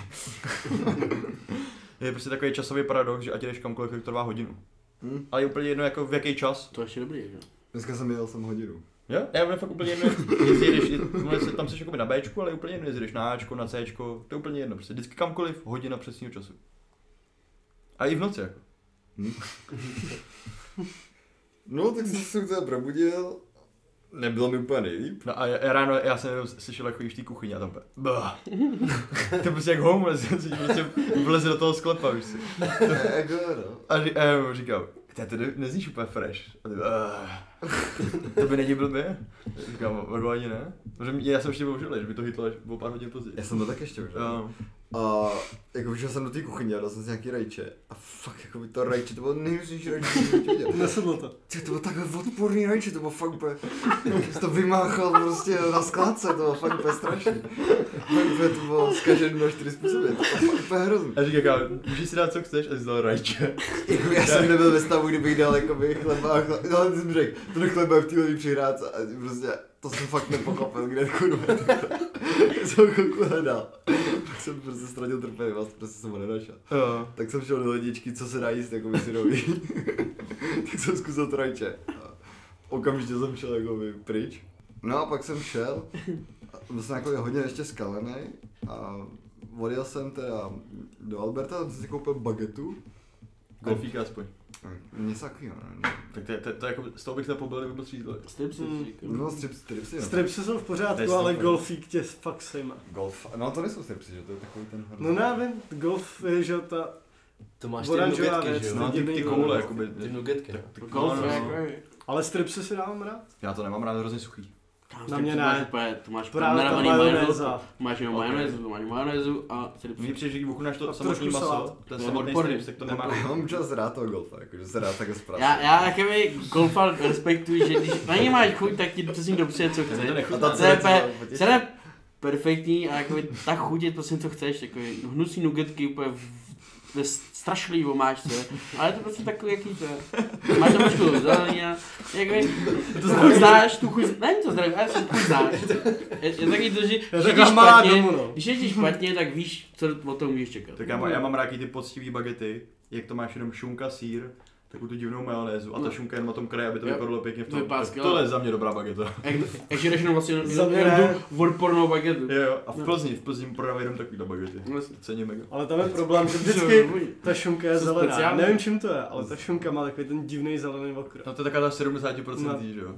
Speaker 4: je prostě takový časový paradox, že ať jdeš kamkoliv, tak to trvá hodinu.
Speaker 6: Hm?
Speaker 4: Ale je úplně jedno, jako v jaký čas.
Speaker 2: To ještě dobrý, že?
Speaker 6: Dneska jsem jel jsem hodinu.
Speaker 4: Jo? Ne, ono je fakt úplně jedno, jestli jedeš, no, jestli tam jsi jakoby na Bčku, ale je úplně jedno, jestli jdeš na Ačko, na Cčko, to je úplně jedno, prostě vždycky kamkoliv, hodina přesného času. A i v noci, jako.
Speaker 6: No tak jsem se teda probudil. Nebylo mi úplně nejlíp.
Speaker 4: No a já, ráno, já jsem jenom slyšel, jako jíš v té kuchyni a tam úplně, bah. to je prostě jak homeless, já jsem prostě vleze do toho sklepa, už si.
Speaker 6: Ne, jako no.
Speaker 4: A, ří, a já mu říkám, ty to ne- nezníš úplně fresh. A ty, "Ah." to by není blbě. Říkám, "Ogo, ani ne. Protože mě- já jsem ještě bohužel, že by to hitlo až o pár hodin později.
Speaker 6: Já jsem to tak ještě už.
Speaker 4: Jo.
Speaker 6: A jako vyšel jsem do té kuchyně a dal jsem si nějaký rajče. A fakt jako by to rajče, to bylo nejrůznější rajče, co jsem viděl.
Speaker 3: Nesedlo to.
Speaker 6: Ty, to bylo takhle odporný rajče, to bylo fakt úplně, jsi to vymáchal prostě na skládce, to bylo fakt úplně strašný. Fakt úplně to bylo zkažený na čtyři způsoby, to bylo fakt úplně hrozný.
Speaker 4: A říkám, "Kámo, můžeš si dát co chceš a jsi dal rajče.
Speaker 6: Jako já jsem nebyl ve stavu, kdybych dal jakoby chleba a chleba, ale jsem řekl, ten chleba je v té levý přihrádce a prostě to jsem fakt nepochopil, kde kurva. jsem chvilku hledal. Pak jsem prostě ztratil trpělivost, prostě jsem ho nenašel.
Speaker 4: Jo.
Speaker 6: Tak jsem šel do ledičky, co se dá jíst jako syrový. tak jsem zkusil trajče. A Okamžitě jsem šel jako pryč. No a pak jsem šel, a byl jsem jako hodně ještě skalený a odjel jsem teda do Alberta, tam jsem si koupil bagetu. Hm,
Speaker 4: Golfíka aspoň.
Speaker 6: Něco takového, no, ne?
Speaker 4: Tak to, je- to, to, jako, z toho bych se pobyl, kdyby byl střídlo.
Speaker 2: Strip si
Speaker 3: Hmm.
Speaker 2: říkám.
Speaker 6: No, strip, stripsy, no.
Speaker 3: Strepsy jsou v
Speaker 4: To je
Speaker 3: pořádku,
Speaker 4: super.
Speaker 3: ale golfík tě fakt sejma.
Speaker 6: Golf. No, to nejsou stripsy, že to je takový ten hrozný.
Speaker 3: No já vím, golf je, že ta...
Speaker 5: To máš ty
Speaker 3: Oranžová
Speaker 5: nugetky,
Speaker 3: věc,
Speaker 5: že jo?
Speaker 4: No, ty, ty koule, jakoby.
Speaker 5: Ty nugetky, no.
Speaker 4: Ty
Speaker 2: Golf,
Speaker 4: koule, no.
Speaker 2: jako-
Speaker 3: Ale stripsy si dávám rád.
Speaker 4: Já to nemám rád, hrozně suchý.
Speaker 2: Kámo,
Speaker 3: Na
Speaker 2: strip
Speaker 3: mě
Speaker 2: si
Speaker 3: ne.
Speaker 2: máš úplně- Prostě To máš
Speaker 3: Právě ta
Speaker 2: naravený majonézu.
Speaker 3: majonéza.
Speaker 2: Máš jenom
Speaker 4: Ok.
Speaker 2: majonézu, máš majonézu a strip
Speaker 4: Mně přijde, že když ochutnáš
Speaker 3: A
Speaker 4: to
Speaker 3: trošku
Speaker 4: samotný maso,
Speaker 3: salát.
Speaker 4: ten
Speaker 2: To je
Speaker 4: samotný
Speaker 2: odporný.
Speaker 4: strips, No, tak to nemá.
Speaker 6: Já mám čas rád toho golfa, jakože se rád takhle zpracuje.
Speaker 2: Já, já jakoby golfa respektuji, že když na něj máš chuť, tak ti přesně dopřeje, co
Speaker 4: Já mi to
Speaker 2: chceš.
Speaker 4: nechutná.
Speaker 2: A ta CP, celé perfektní a jakoby tak chuť je prostě, co chceš, takový hnusí nugetky úplně v- ve strašlivý omáčce, ale je to prostě takový, jaký to je. Máš tam trošku zelení a jakoby, to znáš, znáš tu chuť, ne, to zdraví, ale tu chuť znáš. Je, je takový to, že
Speaker 3: Já
Speaker 2: když je ti
Speaker 3: taková malá
Speaker 2: špatně,
Speaker 3: domů, no.
Speaker 2: když je ti špatně, tak víš, co o tom můžeš čekat.
Speaker 4: Tak já, má- já mám rád ty poctivý bagety, jak to máš jenom šunka, sír, takovou tu divnou majonézu a ta
Speaker 2: No.
Speaker 4: šunka jenom na tom kraji, aby to
Speaker 2: Jo.
Speaker 4: vypadalo pěkně v tom.
Speaker 2: Vypadá
Speaker 4: tak
Speaker 2: skvěle.
Speaker 4: Tohle je za mě dobrá bageta.
Speaker 2: Jak, jak jdeš jenom vlastně
Speaker 3: Za
Speaker 2: jenom,
Speaker 3: mě
Speaker 2: jenom
Speaker 3: ne.
Speaker 2: tu odpornou bagetu.
Speaker 4: Jo, jo. A v
Speaker 2: No.
Speaker 4: Plzni, v Plzni prodávají jenom takovýhle bagety.
Speaker 2: No,
Speaker 4: Ceně mega.
Speaker 3: Ale tam je problém, že vždycky
Speaker 2: Vždycky.
Speaker 3: ta šunka je
Speaker 2: Jsou
Speaker 3: zelená.
Speaker 2: speciální.
Speaker 3: Nevím, čím to je, ale ta šunka má takový ten divný zelený okruh.
Speaker 4: No to je taková ta 70%
Speaker 3: No.
Speaker 4: že jo.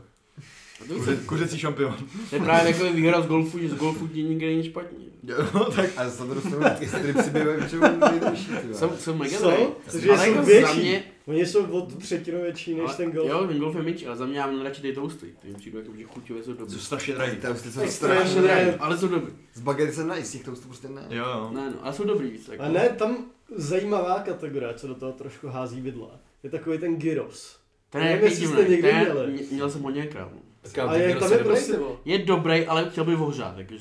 Speaker 4: Kuře, kuřecí šampion.
Speaker 2: To je právě takový výhra z golfu, že z golfu ti nikdy není špatně.
Speaker 4: Jo, tak
Speaker 6: A za druhou stranu ty stripsy bývají většinou nejdražší, ty vole.
Speaker 2: Jsem, jsem mega
Speaker 3: Jsou?
Speaker 2: dobrý.
Speaker 3: Cože
Speaker 2: Ale
Speaker 3: jsou
Speaker 2: jako
Speaker 3: větší.
Speaker 2: za mě,
Speaker 3: Oni jsou o tu třetinu větší než
Speaker 2: ale,
Speaker 3: ten golf.
Speaker 2: Jo, ten golf je menší, ale za mě já mám radši ty toasty. Ty mi přijdu jako, že chuťové jsou dobrý.
Speaker 4: jsou strašně drahý.
Speaker 6: Ty toasty jsou
Speaker 3: Extrémně.
Speaker 6: strašně.
Speaker 2: Strašně drahý, ale jsou dobrý.
Speaker 6: Z bagety se najíst, těch toastů prostě ne.
Speaker 4: Jo, jo.
Speaker 2: Ne, no, ale jsou dobrý víc. Jako.
Speaker 3: A ne, tam zajímavá kategorie, co do toho trošku hází vidla. Je takový ten gyros.
Speaker 2: Ten je
Speaker 3: Nevím,
Speaker 2: jaký
Speaker 3: jestli jste
Speaker 2: divný.
Speaker 3: někdy
Speaker 2: Ten je-
Speaker 3: měli.
Speaker 2: mě- měl jsem ho někam.
Speaker 5: Říkám,
Speaker 3: A
Speaker 5: ty
Speaker 3: je-
Speaker 5: gyros
Speaker 3: tam je
Speaker 5: dobrý,
Speaker 3: prostě-
Speaker 5: ty vole.
Speaker 2: Je dobrý, ale chtěl bych ohřát, takže...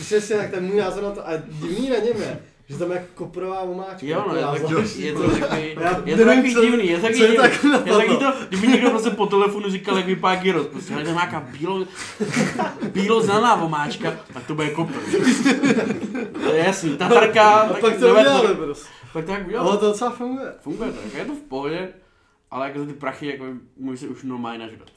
Speaker 3: Přesně tak, ten můj názor na to. A divný na něm je, že tam je jako koprová omáčka.
Speaker 2: Jo, no, je,
Speaker 3: taková
Speaker 2: tak,
Speaker 3: zvláštní.
Speaker 2: je to takový...
Speaker 3: Já
Speaker 2: Je to
Speaker 3: nevím,
Speaker 2: takový
Speaker 3: co-
Speaker 2: divný, je to takový
Speaker 3: co je
Speaker 2: divný.
Speaker 3: tak na
Speaker 2: Je to takový to,
Speaker 3: tom.
Speaker 2: kdyby někdo prostě po telefonu říkal, jak vypadá gyros, prostě, ale tam nějaká bílo, bílo zelená vomáčka, tak to bude kopr. To je jasný, tatarka,
Speaker 3: A pak to udělali prostě.
Speaker 2: Tak tak
Speaker 3: Ale
Speaker 2: udělal.
Speaker 3: to docela funguje.
Speaker 2: Funguje to, jako je to v pohodě, ale jako za ty prachy, jako můžu se už normálně nažrat.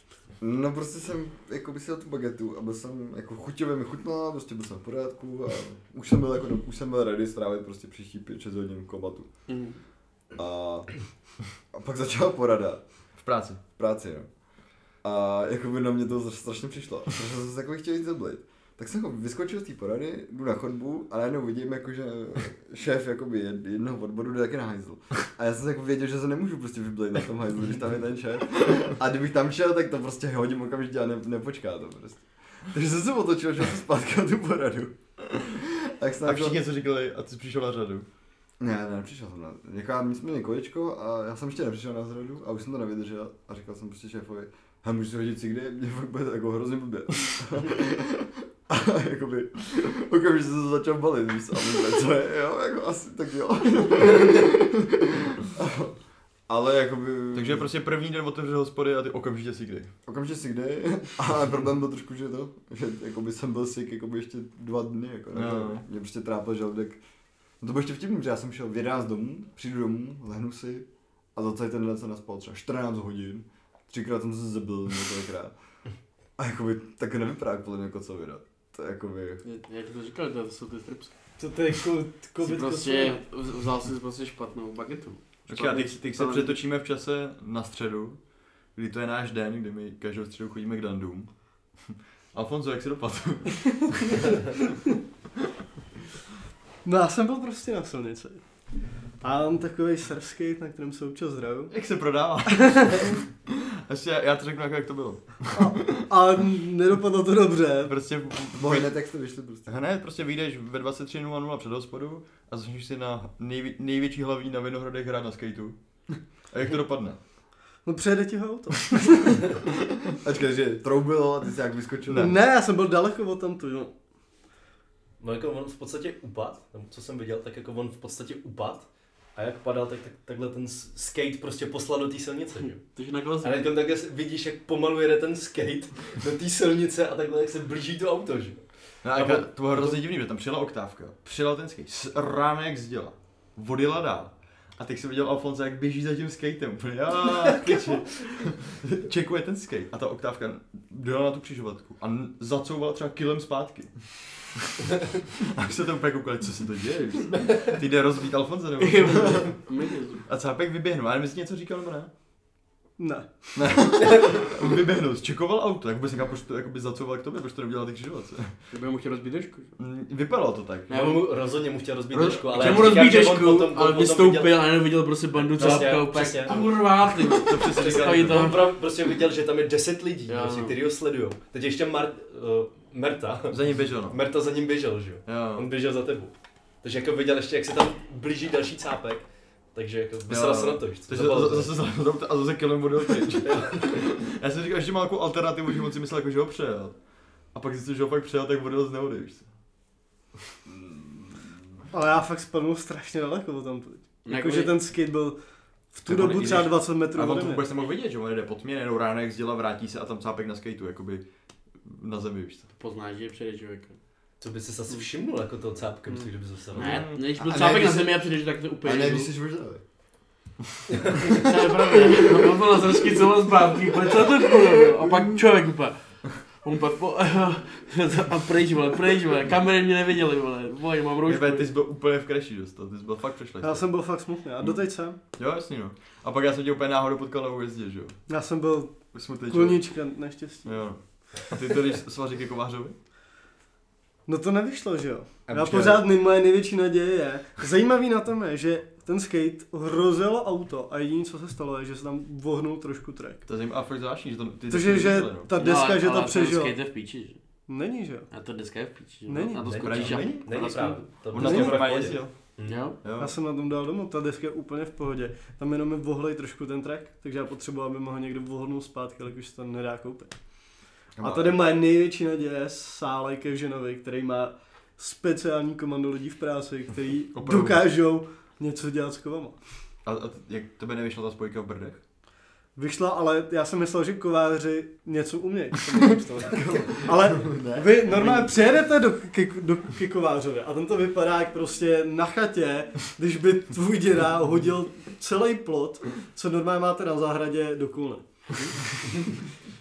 Speaker 6: No prostě jsem jako by si dal tu bagetu a byl jsem jako chuťově mi chutná, prostě byl jsem v pořádku a už jsem byl jako, už jsem byl ready strávit prostě příští 5-6 hodin v komatu.
Speaker 2: Mhm.
Speaker 6: A, a pak začala porada
Speaker 4: V práci.
Speaker 6: v práci, no. A jako by na mě to strašně přišlo, protože jsem se jako chtěl jít zablit. Tak jsem jako vyskočil z té porady, jdu na chodbu a najednou vidím, jako, že šéf jakoby jed- jednoho odboru jde taky na hajzl. A já jsem se jako věděl, že se nemůžu prostě vyblejt na tom hajzlu, když tam je ten šéf. A kdybych tam šel, tak to prostě hodím okamžitě a ne, nepočká to prostě. Takže jsem se otočil, šel jsem zpátky na tu poradu. Tak jsem
Speaker 4: A
Speaker 6: našel-
Speaker 4: všichni něco říkali a ty přišel na řadu.
Speaker 6: Ne, ne, nepřišel jsem na jako, já- my jsme měli kolečko a já jsem ještě nepřišel na zradu a už jsem to nevydržel a říkal jsem prostě šéfovi, a můžu si hodit cigry, mě fakt bude jako hrozně blbě. a jakoby, okamžitě jsem se začal balit, víš, a myslím, co je, jo, jako asi, tak jo. Ale jakoby...
Speaker 4: Takže prostě první den otevřel hospody a ty okamžitě si kdy.
Speaker 6: Okamžitě si kde, ale problém byl trošku, že to, že jakoby jsem byl sick jakoby ještě dva dny, jako, no.
Speaker 4: No.
Speaker 6: mě prostě trápil žaludek. No to bylo ještě vtipný, protože já jsem šel v 11 domů, přijdu domů, lehnu si a za celý ten den jsem naspal třeba 14 hodin, třikrát jsem se zabil několikrát. A jakoby, tak nevypadá jak podle mě jako co vydat. To je jakoby,
Speaker 2: Jak to říkal, to jsou ty stripsky.
Speaker 3: To, to je jako
Speaker 2: Jsi
Speaker 3: covid
Speaker 2: prostě vz- vzal si prostě špatnou bagetu.
Speaker 4: Tak já teď, teď se přetočíme v čase na středu, kdy to je náš den, kdy my každou středu chodíme k dandům. Alfonso, jak si dopadl?
Speaker 3: No já jsem byl prostě na silnici. A mám takový surskate, na kterém se občas hraju.
Speaker 4: jak se prodává? Ještě já, já to řeknu jako jak to bylo.
Speaker 3: A nedopadlo to dobře.
Speaker 4: Prostě
Speaker 6: bylo hned jak jste vyšli prostě.
Speaker 4: hned prostě vyjdeš ve 23.00 před hospodu a začneš si na nejvě, největší hlavní na Vinohradech hrát na skateu. A jak to dopadne?
Speaker 3: No přejede ti ho auto.
Speaker 6: Ačkej, že troubilo a ty jsi jak vyskočil.
Speaker 3: Ne, ne já jsem byl daleko od tamtu. No.
Speaker 5: No jako on v podstatě upad, nebo co jsem viděl, tak jako on v podstatě upad. A jak padal, tak, tak takhle ten s- skate prostě poslal do té silnice. Že? jo?
Speaker 2: Takže nakonec
Speaker 5: A teď tam takhle s- vidíš, jak pomalu jede ten skate do té silnice a takhle jak se blíží to auto, že? jo?
Speaker 4: No,
Speaker 5: A
Speaker 4: a
Speaker 5: on-
Speaker 4: to, to bylo hrozně divný, protože tam přijela oktávka, přijela ten skate, s rámek zděla, vodila dál. A teď jsem viděl Alfonso, jak běží za tím skatem, úplně "Aaa, piči." Čekuje ten skate a ta oktávka dojela na tu křižovatku a n- zacouvala třeba kilem zpátky. a my se to úplně koukali, co se to děje, ty jde rozbít Alfonso nebo A cápek vyběhnul, ale my si něco říkal nebo ne?
Speaker 3: Ne.
Speaker 4: Ne, On vyběhnul, čekoval auto, jak vůbec někam, proč to jakoby zacouval k tobě, proč to neudělal ty křižovatce.
Speaker 2: To by mu chtěl rozbít držku.
Speaker 4: Mm, Vypadalo to tak.
Speaker 5: Já mu rozhodně mu chtěl rozbít držku, ale
Speaker 2: ale mu
Speaker 5: jak říkám,
Speaker 2: rozbít
Speaker 5: že on
Speaker 2: držku,
Speaker 5: potom- on
Speaker 2: ale
Speaker 5: potom viděl-
Speaker 2: vystoupil a jenom viděl prostě bandu
Speaker 5: Přesně,
Speaker 2: cápka
Speaker 5: přesně.
Speaker 2: úplně kurvá, ty vole, to přesně
Speaker 5: Přesně,
Speaker 2: staví
Speaker 5: On
Speaker 2: tam.
Speaker 5: pra- prostě viděl, že tam je 10 lidí,
Speaker 2: Jo.
Speaker 5: prostě, který ho sledují. Teď ještě Mar- uh, Merta.
Speaker 4: Za ním běžel, no.
Speaker 5: Merta za ním běžel, že jo? On
Speaker 2: No.
Speaker 4: Jo.
Speaker 5: běžel za tebou. Takže jako viděl ještě, jak se tam blíží další cápek. Takže jako vysral se na to, víš co?
Speaker 4: Takže
Speaker 5: Zabavil
Speaker 4: za-
Speaker 5: to.
Speaker 4: zase zahodou a zase kilem vodil pryč. Já jsem říkal, že má nějakou alternativu, že on si myslel, jako, že ho přejel. A pak zjistil, že ho pak přejel, tak vodil z neody, víš co.
Speaker 3: Ale já fakt spadnul strašně daleko od tamtu.
Speaker 4: Jako
Speaker 3: Jakože
Speaker 5: Jako,
Speaker 2: Jakoby-
Speaker 3: ten skate byl v tu
Speaker 4: Tak on
Speaker 3: dobu
Speaker 4: i
Speaker 3: třeba
Speaker 4: když-
Speaker 3: 20 metrů
Speaker 4: A on
Speaker 3: ode
Speaker 4: to
Speaker 3: mě.
Speaker 4: vůbec nemohl vidět, že on jde po tmě, jednou ráno jak zděla, vrátí se a tam cápek na skateu, jakoby na zemi, víš co.
Speaker 2: Poznáš, že je přijde člověka.
Speaker 5: Co by si asi všimnul jako toho
Speaker 2: Hmm.
Speaker 5: cápka, myslím, že by se
Speaker 2: Ne, když byl
Speaker 6: A
Speaker 2: cápek
Speaker 6: ne,
Speaker 2: na
Speaker 6: když-
Speaker 2: zemi a přijdeš, tak to úplně...
Speaker 6: A ne, když jsi možná.
Speaker 2: To je pravda, no, on byl na zrsky celou zpátky, úplně co to bylo, a pak člověk úplně, on pak po, a pryč, vole, pryč, vole, kamery mě neviděly, vole, boj, mám roušku.
Speaker 4: Jebe, ty jsi byl úplně v crashi dostal, ty jsi byl fakt přešlej.
Speaker 3: Já jsem byl fakt smutný.
Speaker 4: Hmm.
Speaker 3: A doteď jsem.
Speaker 4: Jo, jasně no. A pak já jsem tě úplně náhodou potkal na újezdě, že jo.
Speaker 3: Já jsem byl
Speaker 4: Smutný člověk.
Speaker 3: kulnička, neštěstí.
Speaker 4: Jo. A ty to jdeš svařík jako vářovi?
Speaker 3: No to nevyšlo, že jo?
Speaker 4: A
Speaker 3: Já
Speaker 4: počkej.
Speaker 3: pořád nej, moje největší naděje je. Zajímavý na tom je, že ten skate hrozelo auto a jediné, co se stalo, je, že se tam vohnul trošku track.
Speaker 4: To je zajímavé, a fakt zvláštní, že to ty
Speaker 3: Cože, že
Speaker 4: no.
Speaker 3: ta deska,
Speaker 2: ale-
Speaker 3: že
Speaker 2: ale
Speaker 3: to přežila.
Speaker 2: ten skate je v píči, že?
Speaker 3: Není, že jo?
Speaker 2: A to deska je v píči, že?
Speaker 3: Není.
Speaker 2: Na to
Speaker 5: Není,
Speaker 2: skočíš a...
Speaker 4: Není?
Speaker 5: Není prostě právě. To
Speaker 4: Jako On na
Speaker 3: Není.
Speaker 4: tom
Speaker 5: to
Speaker 4: normálně
Speaker 5: je
Speaker 4: jezdil.
Speaker 2: Jo?
Speaker 4: Jo.
Speaker 3: Já jsem na tom dal domů, ta deska je úplně v pohodě. Tam jenom mi vohlej trošku ten track, takže já potřebuji, aby mi ho někdo vohnul zpátky, ale už se to nedá koupit. A tady moje největší naděje je Sálej Kevženovi, který má speciální komando lidí v práci, který
Speaker 4: Opravdu.
Speaker 3: dokážou něco dělat s kovama.
Speaker 4: A, a t- jak tebe nevyšla ta spojka v Brdech?
Speaker 3: Vyšla, ale já jsem myslel, že kováři něco umějí. To nevím, co to je. ale vy normálně přijedete do, ke, do, ke kovářovi a ten to vypadá jak prostě na chatě, když by tvůj děda hodil celý plot, co normálně máte na zahradě do kulne.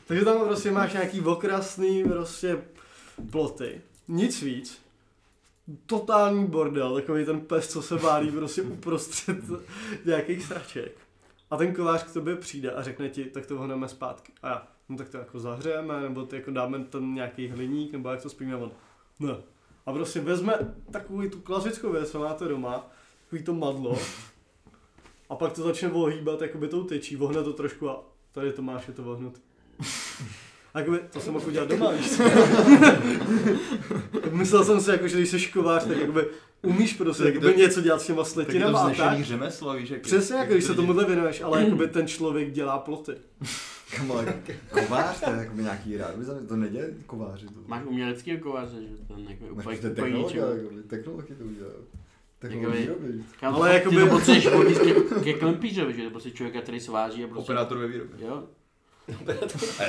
Speaker 3: Takže tam prostě máš nějaký okrasný prostě ploty. Nic víc. Totální bordel, takový ten pes, co se válí prostě uprostřed nějakých sraček. A ten kovář k tobě přijde a řekne ti, tak to hneme zpátky. A já, no tak to jako zahřejeme, nebo to jako dáme ten nějaký hliník, nebo jak to spíme on. Ne. A prostě vezme takovou tu klasickou věc, co máte doma, takový to madlo, a pak to začne ohýbat jakoby tou tyčí, vohne to trošku a tady to máš, je to vohnut. Jakoby, to jsem mohl udělat doma, víš co? Myslel jsem si, jako, že když jsi škovář, tak jakoby umíš prostě
Speaker 4: Tak
Speaker 3: jakoby
Speaker 4: to-
Speaker 3: něco dělat s těma
Speaker 4: Tak je to
Speaker 3: sletinama a tak.
Speaker 4: vznešený řemeslo, víš, jak
Speaker 3: Přesně,
Speaker 4: jak
Speaker 3: jako když se
Speaker 4: lidi-
Speaker 3: tomuhle věnuješ, ale jakoby ten člověk dělá ploty.
Speaker 6: Kamo, kovář, to je jako nějaký rád, to nedělají kováři. To.
Speaker 2: Máš umělecký kováře, že ten jako úplně,
Speaker 6: Máš to je
Speaker 2: úplně
Speaker 6: technologie,
Speaker 2: ničeho.
Speaker 6: jakoby, technologie to udělá.
Speaker 2: Jakoby-
Speaker 6: Technologie robí.
Speaker 2: Kámo,
Speaker 3: Ale
Speaker 2: ty
Speaker 3: jakoby-
Speaker 2: to potřebuješ hodit ke- ke klempířovi, že to prostě člověka, který sváží a prostě...
Speaker 4: Operátor ve výrobě.
Speaker 2: Jo?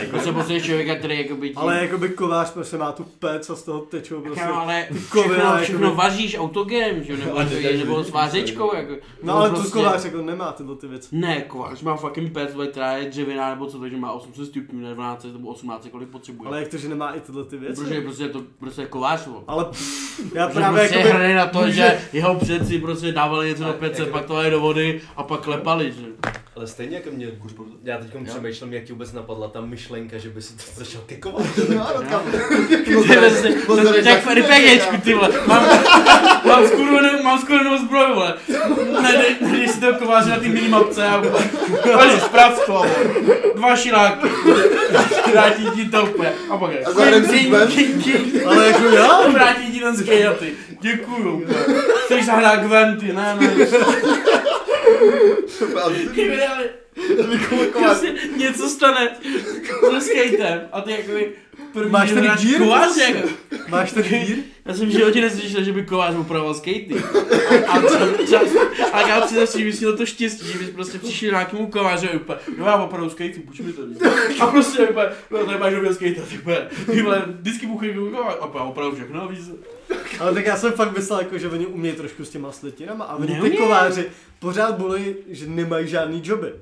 Speaker 2: Prostě potřebuješ člověka, který jakoby tím...
Speaker 3: Ale jakoby kovář prostě má tu pec a z toho tečou prostě.
Speaker 2: Kámo, ale
Speaker 3: kovina,
Speaker 2: všechno, všechno
Speaker 3: jakoby.
Speaker 2: vaříš autogem, že jo, nebo,
Speaker 4: A
Speaker 2: to,
Speaker 4: nedáš
Speaker 2: nebo
Speaker 4: lidi,
Speaker 2: s vářečkou, jako.
Speaker 3: No ale to kovář jako nemá tyhle ty věci.
Speaker 2: Ne, kovář má fucking pec, vole, která je dřevěná nebo co, takže má 800 stupňů, ne 12 nebo 18, kolik potřebuje.
Speaker 3: Ale jak to, že nemá i tyhle ty věci?
Speaker 2: Protože je prostě to prostě kovář, vole.
Speaker 3: Ale já
Speaker 2: Že
Speaker 3: právě
Speaker 2: prostě
Speaker 3: jakoby...
Speaker 2: hraje na to,
Speaker 3: může-
Speaker 2: že jeho předci prostě dávali něco do pece, pak to dali do vody a pak klepali, že?
Speaker 5: Ale stejně jako mě, já teď přemýšlím, jak ti vůbec napadla ta myšlenka, že by si to začal kikovat.
Speaker 2: Ty vlastně, to je jak v RPGčku, ty vole. Mám, mám skurvenou, mám skurvenou zbroj, vole. Najdej, najdej si toho kováře na ty minimapce a vole, zprávstvo, vole. Dva šiláky. Vrátí ti to úplně. A pak je.
Speaker 6: zahrem si
Speaker 2: Ding,
Speaker 6: Gwen.
Speaker 2: ding, ding, ding.
Speaker 3: Ale jako já?
Speaker 2: Vrátí ti ten skate a ty. Děkuju, vole. Chceš zahrát Gwen, ty, ne, ne. Ty vydali. Prostě něco stane se skatem a ty jakoby první
Speaker 3: Máš tady
Speaker 2: generát-
Speaker 3: díru?
Speaker 2: kovář jako.
Speaker 3: Máš ten dír?
Speaker 2: Já jsem v životě neslyšel, že by kovář upravoval skatey. A, co- čas, a já si zase myslel to štěstí, že bys prostě přišel nějakému kováři a úplně, no já opravdu skatey, půjč mi to. A prostě úplně, no tady máš dobrý skate, tak úplně, ty vole, vždycky buchy kovář, a úplně opravdu všechno, víš.
Speaker 3: Ale tak já jsem fakt myslel, jako, že oni umějí trošku s těma slitinama a oni ty
Speaker 2: Neumějí.
Speaker 3: kováři pořád bolí, že nemají žádný joby.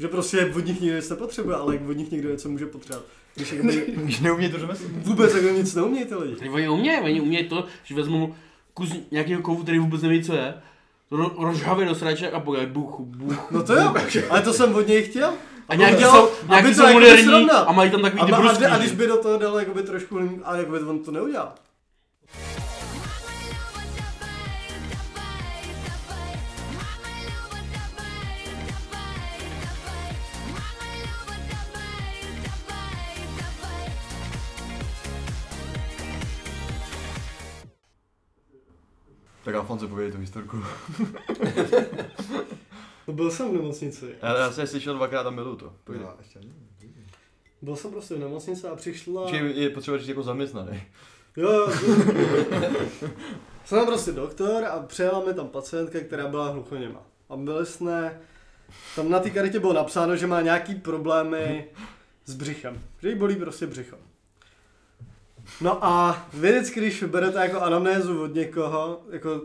Speaker 3: Že prostě od nich nikdo nic nepotřebuje, ale od nich někdo něco může potřebovat. Když jakoby,
Speaker 4: Když neumějí to řemeslo.
Speaker 3: vůbec jako nic neumějí ty lidi.
Speaker 2: Oni umějí, oni umějí to, že vezmu kus nějakého kovu, který vůbec neví, co je, ro- rozžhavě do sraček a podají buchu, buchu.
Speaker 3: No to jo, ale to jsem od něj chtěl.
Speaker 2: A nějaký
Speaker 3: dělal-
Speaker 2: jsou, nějaký
Speaker 3: aby to
Speaker 2: jsou
Speaker 3: jako
Speaker 2: moderní
Speaker 3: srovnal.
Speaker 2: a mají tam takový
Speaker 3: A,
Speaker 2: ty
Speaker 3: ma- a,
Speaker 2: brusky.
Speaker 3: de- a, když
Speaker 2: že?
Speaker 3: by do toho dal jakoby trošku, ale jakoby on to neudělal.
Speaker 4: Tak Alfonso pověděl tu historku.
Speaker 3: No byl jsem v nemocnici.
Speaker 4: Já, já jsem je slyšel dvakrát a miluju to. Pojď.
Speaker 6: No.
Speaker 3: Byl jsem prostě v nemocnici a přišla...
Speaker 4: Že je potřeba říct jako zaměstnaný.
Speaker 3: Jo, jo. Jsem tam prostě doktor a přejela mi tam pacientka, která byla hluchoněma. A byli jsme, tam na té karetě bylo napsáno, že má nějaký problémy s břichem. Že jí bolí prostě břicho. No a vždycky, když berete jako anamnézu od někoho, jako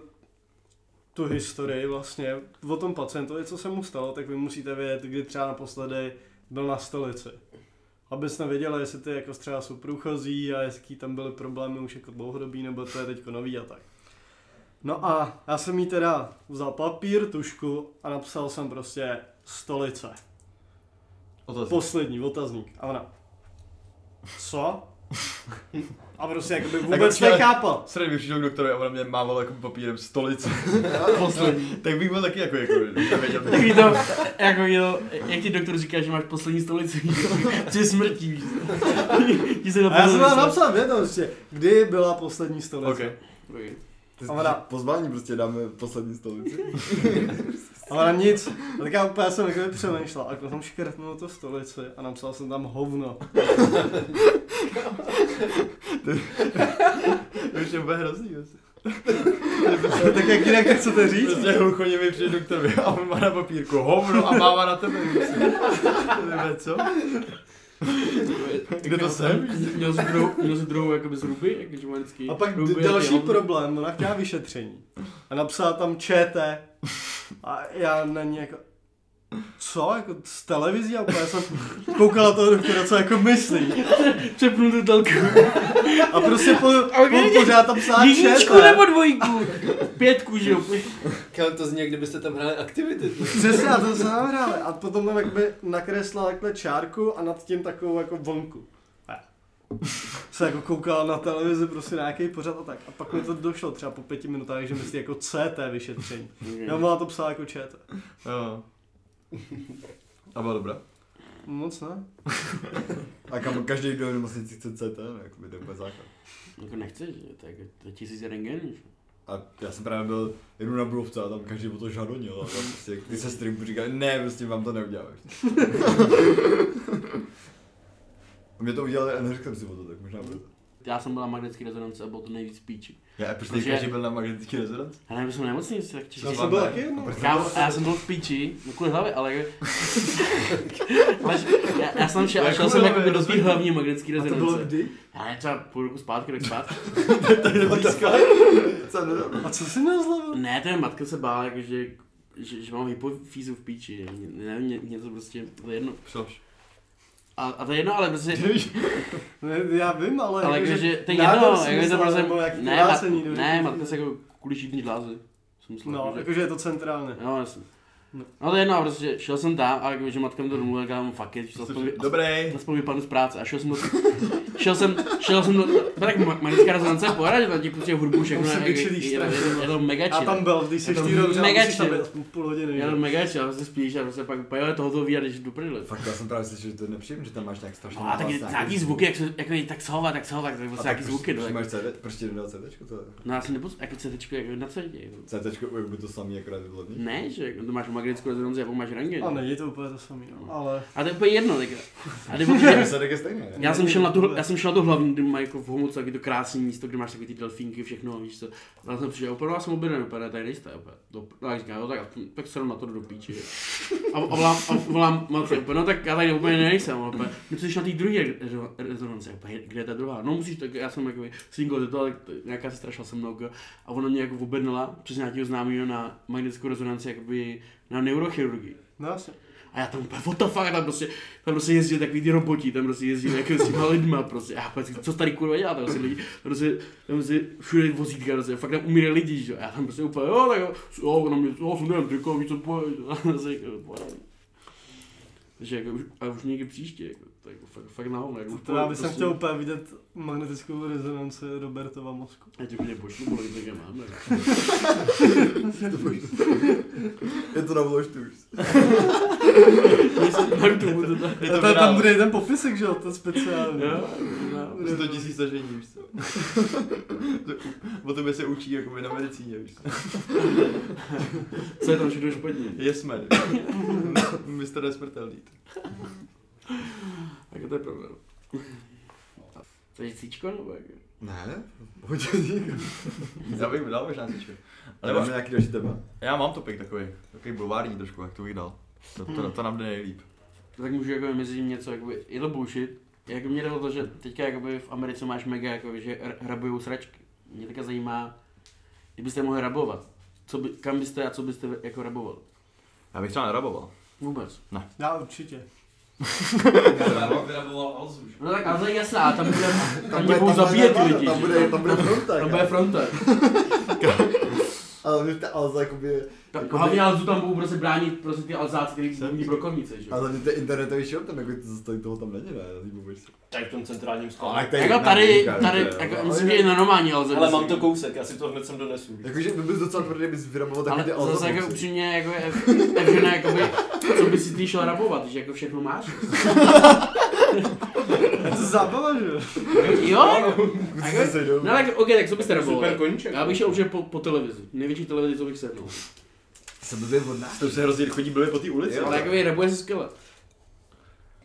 Speaker 3: tu historii vlastně o tom pacientovi, co se mu stalo, tak vy musíte vědět, kdy třeba naposledy byl na stolici aby jsme věděli, jestli ty jako třeba jsou průchozí a jestli tam byly problémy už jako dlouhodobý, nebo to je teďko nový a tak. No a já jsem jí teda vzal papír, tušku a napsal jsem prostě stolice.
Speaker 4: Otázka.
Speaker 3: Poslední otazník. A ona. Co? A prostě jakoby
Speaker 4: Jako
Speaker 3: vůbec
Speaker 4: třeba-
Speaker 3: nechápal.
Speaker 4: Sredy by přišel k doktorovi a ona mě mávala jako papírem stolice. Poslední. tak bych byl taky jako, jako nevěděl.
Speaker 2: Takový to, jako jo, jak ti doktor říká, že máš poslední stolici, že smrtí, víš. Ti se
Speaker 3: A já
Speaker 2: napadlo,
Speaker 3: jsem tam
Speaker 2: že-
Speaker 3: napsal věděl prostě, kdy byla poslední stolice.
Speaker 4: OK.
Speaker 2: Dobrý.
Speaker 4: jako,
Speaker 6: Ty
Speaker 3: A ona-
Speaker 6: jsi- Pozvání prostě dáme poslední stolici.
Speaker 3: Ale na nic. A tak já úplně jsem jakoby přemýšlel. A pak jsem škrtnul to stolici a napsal jsem tam hovno.
Speaker 4: To už je úplně hrozný. vlastně.
Speaker 3: No, tak jak jinak to chcete říct?
Speaker 4: Prostě hluchoně mi přijde doktorovi a on má na papírku hovno a máva na tebe. vlastně. Tebe co? Kde to jsem?
Speaker 2: Měl jsi druhou, měl jsi druhou jakoby z ruby, jakože má vždycky.
Speaker 3: A pak
Speaker 2: ruby
Speaker 3: d-
Speaker 2: ty
Speaker 3: další
Speaker 2: hovno.
Speaker 3: problém, ona chtěla vyšetření. A napsala tam ČT. A já na ní jako... Co? Jako z televizí? A úplně jsem koukala toho doktora, co jako myslí.
Speaker 2: Přepnul tu telku.
Speaker 3: A prostě po,
Speaker 2: Ok.
Speaker 3: po, pořád tam psala
Speaker 2: Jedničku
Speaker 3: ČT.
Speaker 2: nebo dvojku? Pětku, že jo.
Speaker 5: Kam to zní, jak kdybyste tam hráli aktivity.
Speaker 3: Přesně, a to se nám hráli. A potom tam jakoby nakresla takhle čárku a nad tím takovou jako vlnku. A já Se jako koukala na televizi prostě na nějaký pořad a tak. A pak mi to došlo třeba po pěti minutách, že myslí jako CT vyšetření. Já má to psala jako ČT.
Speaker 4: Jo. A byla dobrá.
Speaker 3: Moc ne.
Speaker 6: A kam každý, kdo je v nemocnici chce CT, no, jakoby to je úplně základ.
Speaker 2: Jako nechceš, že? Tak to je tisíc rengenů. že?
Speaker 6: A já jsem právě byl jenom na Bulovce a tam každý o to žadonil a tam prostě ty sestry mu říkali, ne, prostě vám to neuděláme. a mě to udělali a neřekl jsem si o to, tak možná proto.
Speaker 2: Já jsem byl na magnetický rezonanci a bylo to nejvíc píči.
Speaker 4: Já prostě
Speaker 2: Protože-
Speaker 4: každý byl na magnetický rezonanci.
Speaker 2: Já nevím, jsem na nemocnici, tak těžký.
Speaker 4: No,
Speaker 3: To byl taky jednou.
Speaker 6: prostě-
Speaker 2: Kámo, a já jsem byl v píči, no kvůli hlavě, ale... Až, já, já, jsem šel,
Speaker 3: Jako
Speaker 2: a šel jsem
Speaker 4: kvůli
Speaker 2: jakoby
Speaker 4: hlavě,
Speaker 2: do té
Speaker 4: rozumím.
Speaker 2: hlavní magnetický
Speaker 3: A to bylo
Speaker 2: rezonance.
Speaker 3: kdy?
Speaker 2: Já ne, třeba půl roku zpátky, tak zpátky.
Speaker 3: A co jsi nezlavil?
Speaker 2: Ne, ten matka se bála, jakože, že, že mám hypofízu v píči, ne- nevím, mě, mě to prostě, to je jedno.
Speaker 4: Přoš.
Speaker 2: A, a to je jedno, ale prostě,
Speaker 3: Ne, já vím, ale...
Speaker 2: ale
Speaker 3: jakože
Speaker 2: jakože, to je
Speaker 3: nádor
Speaker 2: jedno,
Speaker 3: si
Speaker 2: jako je to
Speaker 3: myslel,
Speaker 2: prostě,
Speaker 3: nebo jak
Speaker 2: ne,
Speaker 3: krácení,
Speaker 2: ma-
Speaker 3: nebo
Speaker 2: ne,
Speaker 3: něco
Speaker 2: matka se
Speaker 3: takového.
Speaker 2: jako kvůli šípní žlázy, jsem myslel,
Speaker 3: No,
Speaker 2: jakože-
Speaker 3: jakože je to centrálně.
Speaker 2: No, jasně.
Speaker 3: No.
Speaker 2: No to je jedno, a prostě šel jsem tam a jakože matka mi to domluvila, říkám, fuck it, že aspoň,
Speaker 4: Dobrý.
Speaker 2: aspoň vypadnu z práce a šel jsem do, šel jsem, šel jsem do, no, tak ma- magnetická rezonance je poradit, tam ti prostě hudbu všechno,
Speaker 3: Tam se
Speaker 2: je, je,
Speaker 3: vykřilíš
Speaker 2: je, je, je to mega
Speaker 3: A
Speaker 2: chill.
Speaker 3: tam byl, když jsi
Speaker 2: Je to
Speaker 3: ty dobře,
Speaker 2: mega
Speaker 3: ale musíš tam
Speaker 2: chill.
Speaker 3: být aspoň půl hodiny.
Speaker 2: Já
Speaker 3: že?
Speaker 2: to mega chill, prostě spíš a prostě pak úplně tohoto ví a jdeš do prdele.
Speaker 6: Fakt, já jsem právě slyšel, že to je nepříjemné, že tam máš nějak strašně
Speaker 2: No a taky
Speaker 6: hlas,
Speaker 2: nějaký zvuky, jak se, jako tak sahovat, tak sahovat, tak prostě nějaký zvuky, no.
Speaker 6: Proč
Speaker 2: tak-
Speaker 6: máš CD, proč ti nedal CDčko to? je-
Speaker 2: No já si nepus, jako CTčko, jako na co jde, jako.
Speaker 6: CDčko, jak by to samý, akorát je to levnější.
Speaker 2: Ne, že jako to máš magnetickou rezonanci a pak máš rangy.
Speaker 3: A není to úplně to samý, no. ale...
Speaker 2: A to je úplně jedno, tak. A nebo že
Speaker 6: Výsledek je stejný, ne?
Speaker 2: Já jsem, šel na tu, já jsem šel na to hlavní, kde má jako v Homolce taky to krásné místo, kde máš taky ty delfínky, všechno, víš co. Tam jsem přišel, úplně já jsem objednal, úplně tady nejste, úplně. Do, no, tak říkám, jo, tak, aspoň- tak se jdu na to do píči. jo. A, a volám, a volám matce, úplně, no tak já tady úplně nejsem, úplně. No co jsi na té druhé rezo- rezonanci, úplně, kde je ta druhá? No musíš, tak já jsem jako single to, tak t- nějaká se strašila se mnou, jo. a ona mě jako objednala přes nějakého známého na magnetickou rezonanci, jakoby na neurochirurgii.
Speaker 3: No jasně.
Speaker 2: A já tam úplně, what the fuck, a tam prostě, tam prostě jezdí takový ty roboti, tam prostě jezdí jako s těma lidma prostě. A já prostě, co tady kurva dělá, tam prostě lidi, tam prostě, tam prostě všude vozítka, prostě, fakt tam umírají lidi, že? jo. A já tam prostě úplně, jo, tak jo, jo, ona mě, jo, sundám triko, víc co pojď, a prostě, jako, pojď. Takže jako, už- a už někdy příště, jako, tak jako, fakt, fakt na hovno, jako,
Speaker 3: To já bych chtěl úplně vidět magnetickou rezonanci Robertova mozku.
Speaker 2: Já tě mě pošlu, bo tak je máme. jako.
Speaker 6: Je to na vložtu už.
Speaker 2: Tak to bude tak.
Speaker 4: Je
Speaker 3: A
Speaker 4: to
Speaker 3: to je tam
Speaker 4: virál.
Speaker 3: bude jeden popisek, že jo, to je speciální.
Speaker 2: Jo, jo.
Speaker 4: 100 tisíc stažení, víš co? o tobě se učí jako by na medicíně, víš co?
Speaker 2: Co je tam všechno špatně?
Speaker 4: Yes, man. Mr. Nesmrtelný.
Speaker 2: Tak to je no. problém. To je cíčko nebo jak?
Speaker 6: Ne? Hodně
Speaker 4: Já bych dal možná sečku.
Speaker 6: Ale
Speaker 4: Ale
Speaker 6: máme
Speaker 4: máš,
Speaker 6: nějaký další téma.
Speaker 4: já mám topik takový, takový bulvární trošku, jak to bych dal. To, to, to nám jde nejlíp.
Speaker 2: tak můžu jako mezi tím něco, jakoby, je to bullshit. Jako mě jde o to, že teďka jakoby v Americe máš mega, jakoby, že r- hrabujou sračky. Mě teďka zajímá, kdybyste mohli rabovat, co by, kam byste a co byste jako raboval?
Speaker 4: Já bych třeba neraboval.
Speaker 2: Vůbec.
Speaker 3: Já určitě.
Speaker 5: Já bych vyraboval Alzu, že?
Speaker 2: No tak ale to je jasná, tam bude, tam mě
Speaker 6: bude-
Speaker 2: budou zabíjet
Speaker 6: tam,
Speaker 2: lidi.
Speaker 6: Tam bude, tam bude fronta,
Speaker 2: Tam
Speaker 6: tam
Speaker 2: bude fronta.
Speaker 6: Ale mě ta Alza jakoby...
Speaker 2: Tak
Speaker 6: Jakoby-
Speaker 2: hlavně Alzu tam budou prostě bránit prostě ty Alzáci, který budou brokovnice, že? jo?
Speaker 6: Ale hlavně to je internetový shop, tam jako to stojí toho tam není, ne? Vůbec.
Speaker 5: Tady v tom centrálním
Speaker 6: Ale
Speaker 5: skladě.
Speaker 6: to je
Speaker 2: Jako
Speaker 6: jedna
Speaker 2: tady,
Speaker 6: výjimka,
Speaker 2: tady,
Speaker 6: že jo.
Speaker 2: jako,
Speaker 6: Ale-
Speaker 2: myslím, že i na normální Alze.
Speaker 5: Ale
Speaker 2: by
Speaker 5: mám
Speaker 2: se-
Speaker 5: to kousek, já si to hned sem donesu.
Speaker 6: Jakože by byl docela tvrdý, bys vyraboval
Speaker 2: Ale
Speaker 6: taky ty Alza
Speaker 2: zase jako
Speaker 6: boxy.
Speaker 2: upřímně, jako je, takže ne, jakoby, co by si ty šel rabovat, že jako všechno máš?
Speaker 3: Je to zábava, že jo?
Speaker 2: Jo?
Speaker 6: Kluci se sejdou.
Speaker 2: No tak, ok, tak co byste
Speaker 5: Super
Speaker 2: rabovali?
Speaker 5: koníček.
Speaker 2: Já bych šel určitě po, po televizi, největší televizi, co bych sednul.
Speaker 6: Se blbě vodná.
Speaker 4: To se hrozně chodí blbě po té ulici.
Speaker 2: Ale takový rabuje se skvěle.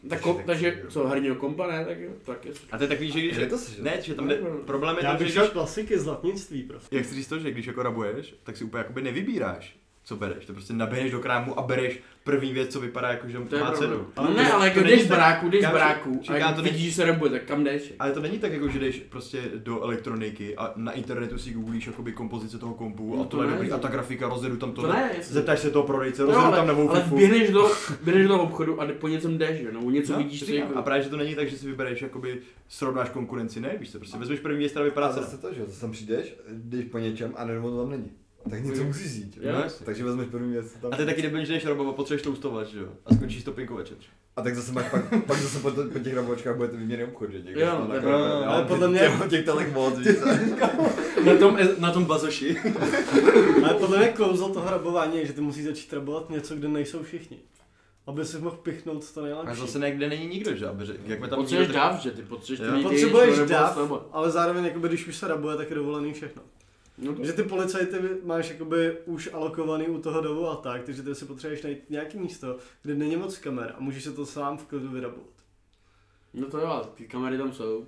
Speaker 2: Tak, kom, takže co, herního kompa, ne, tak jo, tak je.
Speaker 4: A to je takový, že když...
Speaker 6: Kde to seš?
Speaker 4: Ne, že tam jde... Problém je
Speaker 3: Já
Speaker 4: to, že
Speaker 3: bych šel klasiky zlatnictví, prostě.
Speaker 4: Jak chci říct to, že když jako rabuješ, tak si úplně jakoby nevybíráš, co bereš. To prostě naběhneš do krámu a bereš první věc, co vypadá jako, že
Speaker 2: To je
Speaker 4: má
Speaker 2: problém.
Speaker 4: cenu.
Speaker 2: No
Speaker 4: to-
Speaker 2: ne, ale
Speaker 4: to
Speaker 2: jako
Speaker 4: není
Speaker 2: jdeš z
Speaker 4: tak-
Speaker 2: baráku, jdeš z
Speaker 4: Kámo,
Speaker 2: baráku a
Speaker 4: čekám,
Speaker 2: jak
Speaker 4: to není-
Speaker 2: vidíš, že se rabuje, tak kam jdeš?
Speaker 4: Ale to není tak, jako že jdeš prostě do elektroniky a na internetu si googlíš jakoby kompozice toho kompu
Speaker 2: No
Speaker 4: a
Speaker 2: to
Speaker 4: tohle je
Speaker 2: ne.
Speaker 4: dobrý a ta grafika, rozjedu tam
Speaker 2: To
Speaker 4: tohle.
Speaker 2: ne, jestli.
Speaker 4: Zeptáš se toho prodejce,
Speaker 2: No,
Speaker 4: rozjedu
Speaker 2: ale,
Speaker 4: tam novou
Speaker 2: ale
Speaker 4: fifu.
Speaker 2: běhneš do, běhneš do obchodu a po něčem jdeš, že? nebo něco
Speaker 4: No,
Speaker 2: vidíš, co
Speaker 4: říkám.
Speaker 2: jako...
Speaker 4: A právě, že to není tak, že si vybereš, jakoby srovnáš konkurenci, ne, víš co,
Speaker 2: No.
Speaker 4: prostě vezmeš první věc, která vypadá
Speaker 6: A
Speaker 4: cena.
Speaker 6: zase to, že jo, to tam přijdeš, jdeš po něčem a nebo to tam není. Tak něco musíš jít. jo.
Speaker 2: Jo.
Speaker 6: Takže vezmeš první věc co tam.
Speaker 4: A ty taky debilní, že jdeš robovat, potřebuješ toustovač, že jo, a skončíš topinkou večer.
Speaker 6: A tak zase máš pak, pak zase po, to- po těch rabočkách budete výměný obchod, že někde.
Speaker 2: Jo,
Speaker 6: tam
Speaker 2: tak-
Speaker 6: nakoupíte.
Speaker 4: no, no,
Speaker 6: Ale podle mě... Těch telek moc, víš co?
Speaker 5: Na tom, na tom bazoši.
Speaker 3: Ale podle mě kouzlo toho rabování je, že ty musíš začít rabovat něco, kde nejsou všichni. aby si mohl pichnout to nejlepší.
Speaker 4: A zase někde není nikdo, že? Aby, řek- jak jsme tam
Speaker 2: Potřebuješ
Speaker 4: nikdo-
Speaker 2: dáv, že ty potřebuješ
Speaker 4: Jo.
Speaker 2: ty
Speaker 3: Potřebuješ
Speaker 2: nebo
Speaker 3: dav,
Speaker 2: slabo.
Speaker 3: ale zároveň, jakoby, když už se rabuje, tak je dovolený všechno.
Speaker 2: No to-
Speaker 3: Že ty policajty máš jakoby už alokovaný u toho dobu a tak, takže ty si potřebuješ najít nějaký místo, kde není moc kamer a můžeš se to sám v klidu vyrabovat.
Speaker 2: No to jo, ty kamery tam jsou.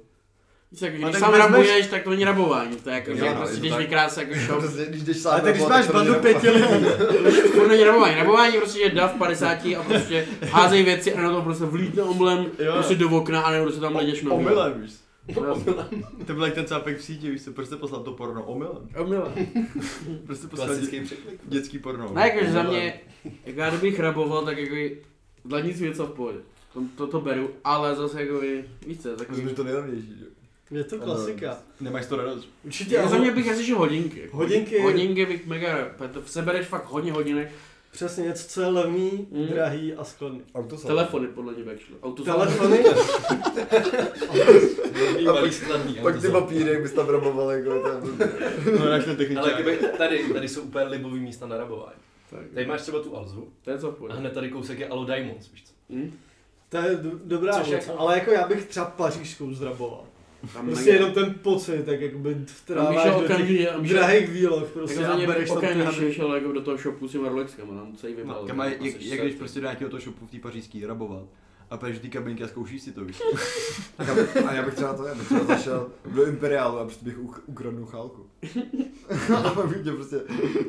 Speaker 2: Víš, jako,
Speaker 3: A
Speaker 2: když
Speaker 3: tak
Speaker 2: sám
Speaker 3: vezmeš-
Speaker 2: rabuješ, tak to není rabování, to je jako, že
Speaker 6: Jo, no,
Speaker 2: prostě
Speaker 6: je to
Speaker 2: jdeš
Speaker 6: tak.
Speaker 2: vykrát jako šop.
Speaker 6: Prostě, když jdeš sám
Speaker 3: Ale tak když
Speaker 6: domů,
Speaker 3: máš
Speaker 6: to
Speaker 3: bandu
Speaker 6: není
Speaker 3: pěti lidí,
Speaker 2: To není rabování, rabování prostě je dav 50 a prostě házej věci a na to prostě vlítne omlem
Speaker 4: Jo.
Speaker 2: prostě do okna a nebo se tam ledeš nohu.
Speaker 4: Omylem, víš.
Speaker 2: No, jasně.
Speaker 4: To byl jak ten cápek v síti, víš, se prostě poslal to porno omylem.
Speaker 2: Omylem.
Speaker 4: Prostě poslal dě-
Speaker 5: Klasický překlik.
Speaker 4: dětský porno.
Speaker 2: No jakože za
Speaker 4: Omylem.
Speaker 2: mě, jako já kdybych raboval, tak jako dla nic věc v pohodě. To, to, to beru, ale zase jako víš co,
Speaker 6: fakt. Myslím,
Speaker 2: takový...
Speaker 6: že to nejlevnější, že?
Speaker 3: je to klasika.
Speaker 4: Nemáš to radost.
Speaker 3: Určitě,
Speaker 2: Já za mě
Speaker 3: ale
Speaker 2: bych asi šel hodinky.
Speaker 3: Hodinky.
Speaker 2: Hodinky bych mega, ra- to sebereš fakt hodně hodinek.
Speaker 3: přesně něco, co je levný,
Speaker 5: Hmm.
Speaker 2: Mm.
Speaker 3: drahý a skladný.
Speaker 6: Auto sám.
Speaker 2: Telefony podle mě by šlo. Auto
Speaker 3: Telefony,
Speaker 5: Dobrý, malý, skladný.
Speaker 6: Pak ty papíry, jak bys tam raboval, jako ten...
Speaker 4: No, dáš ten
Speaker 5: Ale
Speaker 4: techničák.
Speaker 5: kdyby tady, tady jsou úplně libový místa na rabování.
Speaker 2: Tak.
Speaker 5: Tady máš třeba tu Alzu
Speaker 2: To je co v
Speaker 5: a
Speaker 2: pohodě.
Speaker 5: hned tady kousek je Alo Diamonds, víš co?
Speaker 3: to je do- dobrá
Speaker 5: Což
Speaker 3: věc,
Speaker 5: jako-
Speaker 3: ale jako já bych třeba pařížskou zraboval.
Speaker 2: Tam
Speaker 3: Prostě
Speaker 2: mega-
Speaker 3: jenom ten pocit, tak jakoby
Speaker 2: Tam Míša
Speaker 3: vtráváš do těch
Speaker 2: okamžitě, Míša-
Speaker 3: drahých výloh
Speaker 2: Jako
Speaker 3: prostě
Speaker 2: za
Speaker 3: a
Speaker 2: mě
Speaker 3: bereš tam ty
Speaker 2: okamžitě
Speaker 3: hady.
Speaker 2: šel jako do toho shopu s těma Rolexkama, tam no, celý vybral.
Speaker 4: Kam, No, jak, jak, jak když prostě do nějakého toho shopu v té pařížský rabovat a půjdeš do té kabinky a zkoušíš si to, víš.
Speaker 6: Já bych- A já bych třeba to, já bych třeba zašel do Imperiálu a prostě bych uk- ukradnul chálku. A pak bych tě prostě,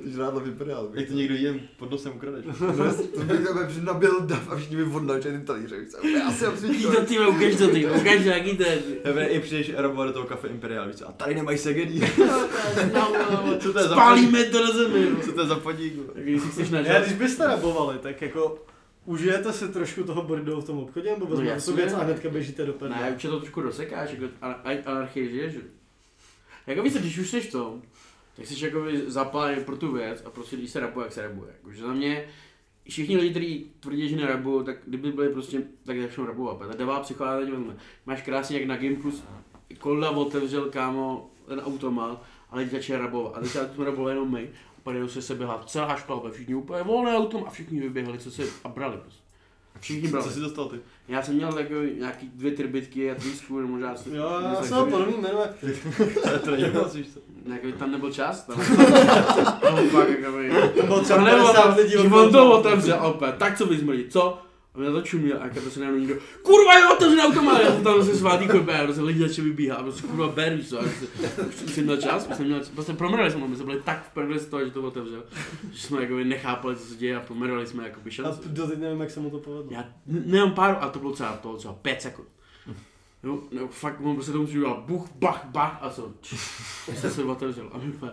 Speaker 6: ty žrádla v Imperiálu.
Speaker 4: Jak
Speaker 6: Bych
Speaker 4: to někdo jen pod nosem ukradeš.
Speaker 6: to bych tam prostě nabil dav a všichni mi odnačili ty talíře. víš co? Já si
Speaker 2: Jaký to
Speaker 6: absolutně...
Speaker 2: ty, ukaž to ty, ukaž to, jaký to je. ty.
Speaker 4: Nebo i přijdeš rabovat do toho kafe Imperial, víš co? A tady nemají segedí.
Speaker 2: No, no, no.
Speaker 4: Co to je za podík?
Speaker 2: Spálíme to na zemi. no.
Speaker 4: Co to je za podík?
Speaker 2: Tak Když si chceš
Speaker 3: Já,
Speaker 2: nažrat.
Speaker 3: když byste rabovali, tak jako užijete si trošku toho bordelu v tom obchodě, nebo
Speaker 2: No
Speaker 3: vezmete
Speaker 2: jasně.
Speaker 3: tu věc a hnedka běžíte do
Speaker 2: Ne,
Speaker 3: prdele.
Speaker 2: určitě to trošku dosekáš, jako ana- a- anarchie žiješ. že? Jako víš, co, když už jsi v tom, tak jsi jako zapálený pro tu věc a prostě když se rapuje, jak se rapuje. Jakože za mě všichni lidi, kteří tvrdí, že nerabují, tak kdyby byli prostě, tak začnou rabovat. Ta davá psychoáza tě vezme. Máš krásně jak na Game Plus, Kolda otevřel kámo ten automat a lidi začali rabovat. A teď jsme rabovali jenom my. A padali se sebe hlad, celá škola, všichni úplně volné autom a všichni vyběhli, co se a brali prostě. Všichni brali.
Speaker 4: Co jsi dostal ty?
Speaker 2: Já jsem měl jako nějaký dvě trbitky a trýsku, nebo možná se...
Speaker 3: Jo, já se ho podobný jmenuje.
Speaker 4: To- To není moc, víš co?
Speaker 2: Jako by tam nebyl čas, tam... no, fakt, jakoby...
Speaker 3: Tam bylo třeba
Speaker 2: A nebo
Speaker 3: 50
Speaker 2: tam,
Speaker 3: lidí.
Speaker 2: když on to otevřel opět, tak co bys mrdí, co? A mě to čuměl, a jako se najednou někdo, kurva je otevřený automat, já jsem tam zase svátý kope, a prostě lidi začali vybíhat, a prostě kurva ber, víš co, a prostě, už jsem měl čas, už jsem měl, prostě promrali jsme, my jsme byli tak v prdli z toho, že to otevřel, že jsme jako nechápali, co se děje a promrali jsme jako by
Speaker 3: A
Speaker 2: šanci.
Speaker 3: doteď nevím, jak se mu to povedlo.
Speaker 2: Já n- nemám pár, a to bylo třeba to, třeba pět sekund. No, no fakt, on prostě to musí udělat buch, bach, bach a co. Se se otevřel a my úplně.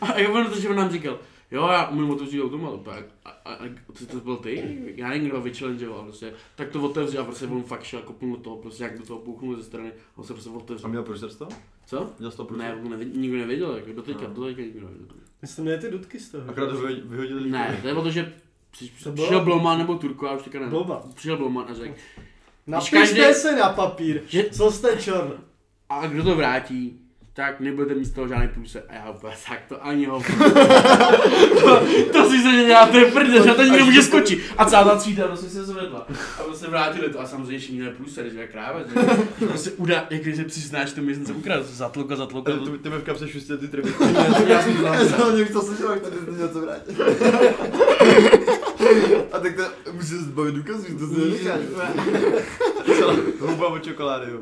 Speaker 2: A jak on to, že on nám říkal, jo, já umím otevřít automat, tak. A, a, a to, to byl ty? Já nevím, kdo ho vychallengeoval, prostě. Tak to otevřel a prostě on fakt šel, kopnul do toho, prostě jak do toho půlknul ze strany, on se prostě
Speaker 4: A
Speaker 2: otevřel.
Speaker 4: měl proč to?
Speaker 2: Co?
Speaker 4: Dělal jsi to proč?
Speaker 2: Ne, on nevěděl, nikdo nevěděl, jako doteďka, doteďka nikdo nevěděl.
Speaker 3: Vy jste měli ty dudky z
Speaker 2: Jako-
Speaker 3: toho.
Speaker 4: Akorát ho vyho- vyhodili.
Speaker 2: Ne, to je o to, že při-
Speaker 3: To bylo-
Speaker 2: přišel Bloman nebo Turko, já už teďka nevím.
Speaker 3: Blba.
Speaker 2: Přišel Bloman a řekl,
Speaker 3: Napište
Speaker 2: každý-
Speaker 3: se na papír,
Speaker 2: že
Speaker 3: co jste čorn.
Speaker 2: A kdo to vrátí, tak nebudete mít z toho žádný průse. A já úplně, tak to ani ho. to, to si se děláte prdel, že to nikdo může skočit. A celá ta třída prostě se zvedla. A prostě vrátili to. A samozřejmě, že nikdo průse, když je kráva, že že prostě udá, jak když se přiznáš, to mi jsem se ukradl, zatloka, zatloka.
Speaker 4: Ty, ty mi v kapse šustě ty trvy.
Speaker 2: Já jsem to
Speaker 6: Já jsem
Speaker 2: zahrál.
Speaker 6: hlavně už to slyšel, jak tady jste něco vrátil. A tak to můžeš zbavit důkazů, že to se neříkáš.
Speaker 4: Houba od čokolády, jo.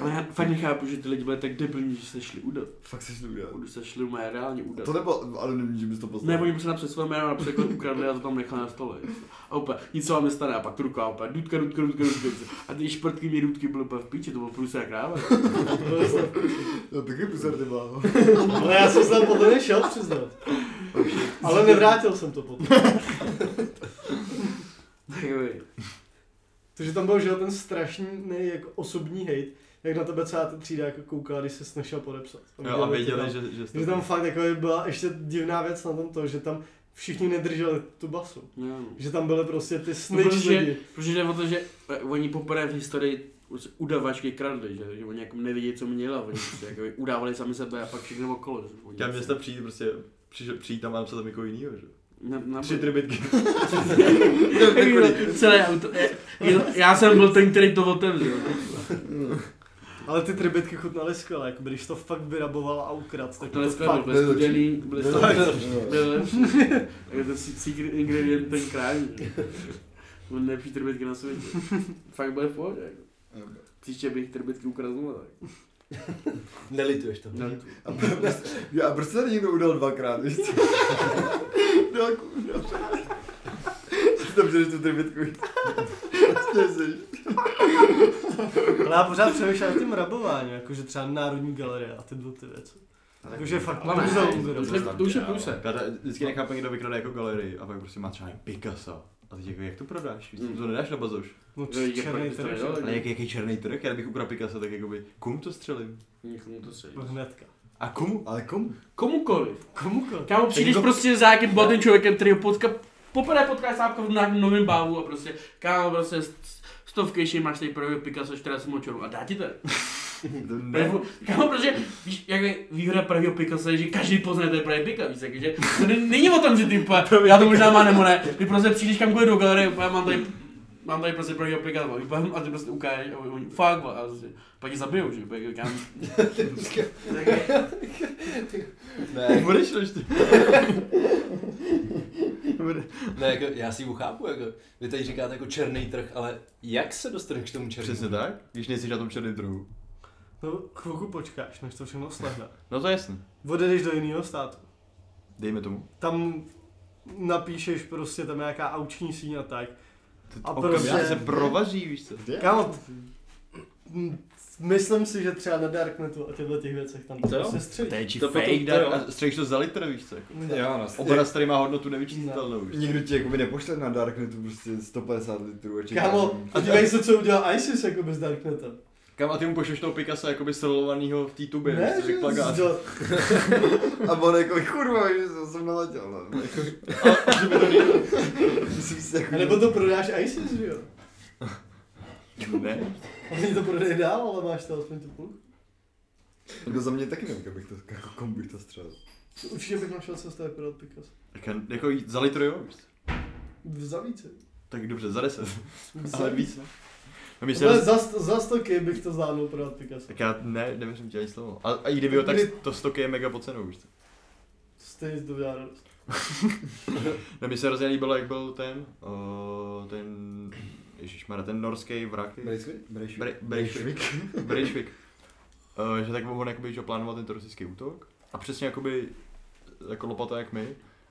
Speaker 2: Ale já fakt nechápu, že ty lidi byli tak debilní, že se šli udat.
Speaker 6: Fakt seš důkaz.
Speaker 2: Když se šli úplně reálně udat.
Speaker 6: To nebylo anonymní, že bys to
Speaker 2: Ne,
Speaker 6: poznal.
Speaker 2: oni prostě napsali své jméno, napsali, jako ukradli a to tam nechali na stole. A úplně, nic se vám nestane, a pak turka, a úplně, dudka, dudka, dudka, dudka. A ty šprtky mě dudky byly úplně v píči, to bylo plus jak kráva.
Speaker 6: No taky pusar ty bláho.
Speaker 3: Ale já jsem se tam podle něj šel přiznat. Ale nevrátil jsem to potom.
Speaker 2: Takový.
Speaker 3: Takže tam byl že jo, ten strašný jako osobní hejt, jak na tebe celá ta třída jako kouká, když se snažil podepsat.
Speaker 4: Jo, a
Speaker 3: tam,
Speaker 4: věděli, že, že jsi
Speaker 3: no. Že tam fakt jako byla ještě divná věc na tom to, že tam všichni nedrželi tu basu.
Speaker 2: No.
Speaker 3: Že tam byly prostě ty
Speaker 2: No,
Speaker 3: snitch
Speaker 2: protože-
Speaker 3: lidi.
Speaker 2: Protože jde o to, že eh, oni poprvé v historii prostě udavačky kradli, že, že oni jako nevěděli, co měla, oni prostě jako udávali sami sebe a pak všechno okolo. že Oni
Speaker 4: Kam města přijít prostě přišel, přijít tam a napsat tam někoho jinýho, že?
Speaker 2: Na, na,
Speaker 4: Tři tribitky.
Speaker 2: Jak bylo celé auto. Je- je- Já jsem byl ten, který to otevřel.
Speaker 3: Ale ty tribitky chutnaly skvěle, jako když to fakt vyraboval a ukradl,
Speaker 2: To
Speaker 3: tak to
Speaker 2: dneska
Speaker 3: fakt...
Speaker 2: byly studený, byly
Speaker 3: Bylo
Speaker 2: studený.
Speaker 3: lepší.
Speaker 2: Byl lepší. Je to si- secret ingredient ten krání. On nejlepší trbitky na světě. Fakt bude v pohodě. Jako. Příště bych trbitky ukradl znovu. Tak.
Speaker 5: Nelituješ to.
Speaker 2: No,
Speaker 6: A, prostě, a proč se tady někdo udal dvakrát, víš co? Udal, udal. Dobře, že tu tribitku. Směj se, že?
Speaker 3: Ale já pořád přemýšlím o tím rabováním, jakože třeba Národní galerie a tyhle ty věci. Jakože fakt
Speaker 2: Ale ne,
Speaker 3: muzeum
Speaker 2: to už
Speaker 3: vyrobilo.
Speaker 2: je- to už je průse.
Speaker 4: Já to vždycky nechápu, někdo vykrade jako galerii a pak prostě má třeba nevím, Picasso. A teď jako, jak to prodáš? Víš,
Speaker 2: Mm.
Speaker 4: to nedáš na bazoš.
Speaker 3: No
Speaker 2: To je
Speaker 3: černý
Speaker 2: jak to
Speaker 3: trh.
Speaker 2: dělali.
Speaker 4: Ale jak, jaký černý trh? Já bych ukradl Picasso, tak jakoby, komu to střelím?
Speaker 2: Někomu to sejde.
Speaker 3: Hnedka.
Speaker 4: A komu?
Speaker 6: Ale komu?
Speaker 2: Komukoliv.
Speaker 3: Komukoliv.
Speaker 2: Kámo, přijdeš
Speaker 4: Jako-
Speaker 2: prostě za nějakým bohatým člověkem, který ho potká, poprvé potká sápka v nějakém novém bávu a prostě, kámo, prostě s- stovky ještě máš tady první Picasso 14 močorů a dá ti to.
Speaker 4: To ne.
Speaker 2: Nebo- Kámo, protože víš, jak je výhoda prvního Picasso je, že každý pozná, že to je právě Pika, víš, takže to ne, není o tom, že ty úplně, já to možná mám nebo ne, ty prostě přijdeš kamkoliv do galerie, úplně mám tady, mám tady prostě prvního Pika, no, úplně, a ty prostě ukážeš, a oni, fuck, vole, a prostě, pak tě zabijou, že, pak, kámo,
Speaker 5: Ne,
Speaker 4: Budeš to ještě?
Speaker 5: ne jako, já si ji chápu, jako, vy tady říkáte jako černý trh, ale jak se dostaneš k tomu černému?
Speaker 4: Přesně tak, když nejsi na tom černém trhu.
Speaker 3: No chvilku počkáš, než to všechno slehne.
Speaker 4: No to je jasné.
Speaker 3: Odejdeš do jiného státu.
Speaker 4: Dejme tomu.
Speaker 3: Tam napíšeš prostě tam nějaká auční síň a tak.
Speaker 4: To
Speaker 3: A
Speaker 4: okamžitě
Speaker 3: prostě-
Speaker 4: se provaří, víš co?
Speaker 3: Kámo, m, myslím si, že třeba na Darknetu a těchto těch věcech tam to
Speaker 5: Co jo?
Speaker 3: prostě
Speaker 4: To
Speaker 3: střelí.
Speaker 4: je či
Speaker 5: To potom-
Speaker 4: fake,
Speaker 5: to
Speaker 4: dar,
Speaker 5: jo.
Speaker 4: a střelíš to za litr, víš co? Jako.
Speaker 6: Jo, no. stejně.
Speaker 4: Obraz, který má hodnotu nevyčíslitelnou, víš co?
Speaker 6: Nikdo ti jakoby nepošle na Darknetu prostě 150 litrů a čekáš.
Speaker 3: Kámo, a dívej se, co udělal ISIS jako bez Darkneta.
Speaker 4: Kam a ty mu pošleš toho Picasso jakoby srolovanýho v té tubě,
Speaker 3: Ne,
Speaker 4: víš co,
Speaker 3: že
Speaker 4: jak plakát.
Speaker 3: z-
Speaker 6: A on jako, kurva, že jsem sem naletěl, no. Jako,
Speaker 4: Že by to nejde.
Speaker 6: Myslím si, jako,
Speaker 3: A nebo to prodáš ISIS, že jo?
Speaker 4: Ne.
Speaker 3: Oni to prodají dál, ale máš to aspoň tu půlku.
Speaker 6: jako za mě taky nevím, jak bych to, jako komu bych to střelil.
Speaker 3: Určitě bych našel cestu jako dát Picasso.
Speaker 4: Tak jen- Jako jít za litr, jo? víš co?
Speaker 3: Za více.
Speaker 4: Tak dobře, za deset.
Speaker 3: Za
Speaker 4: Ale
Speaker 3: víc.
Speaker 4: víc ne. No, my se
Speaker 3: Ale za, st- za 100 k bych to zvládnul prodat Picasso.
Speaker 4: Tak já ne, nevěřím ti ani slovo. A, a i kdyby jo, tak to stoky je mega pod cenou, víš co?
Speaker 3: Stejně to udělá radost.
Speaker 4: Ne, mi No, se hrozně líbilo, jak byl ten, uh, ten, ježišmarja, ten norský vrak.
Speaker 6: Brejšvik? Brejšvik.
Speaker 4: Bre- Breivik. Breivik. Uh, že tak on jakoby, že plánoval ten teroristický útok a přesně jakoby, jako lopata jak my,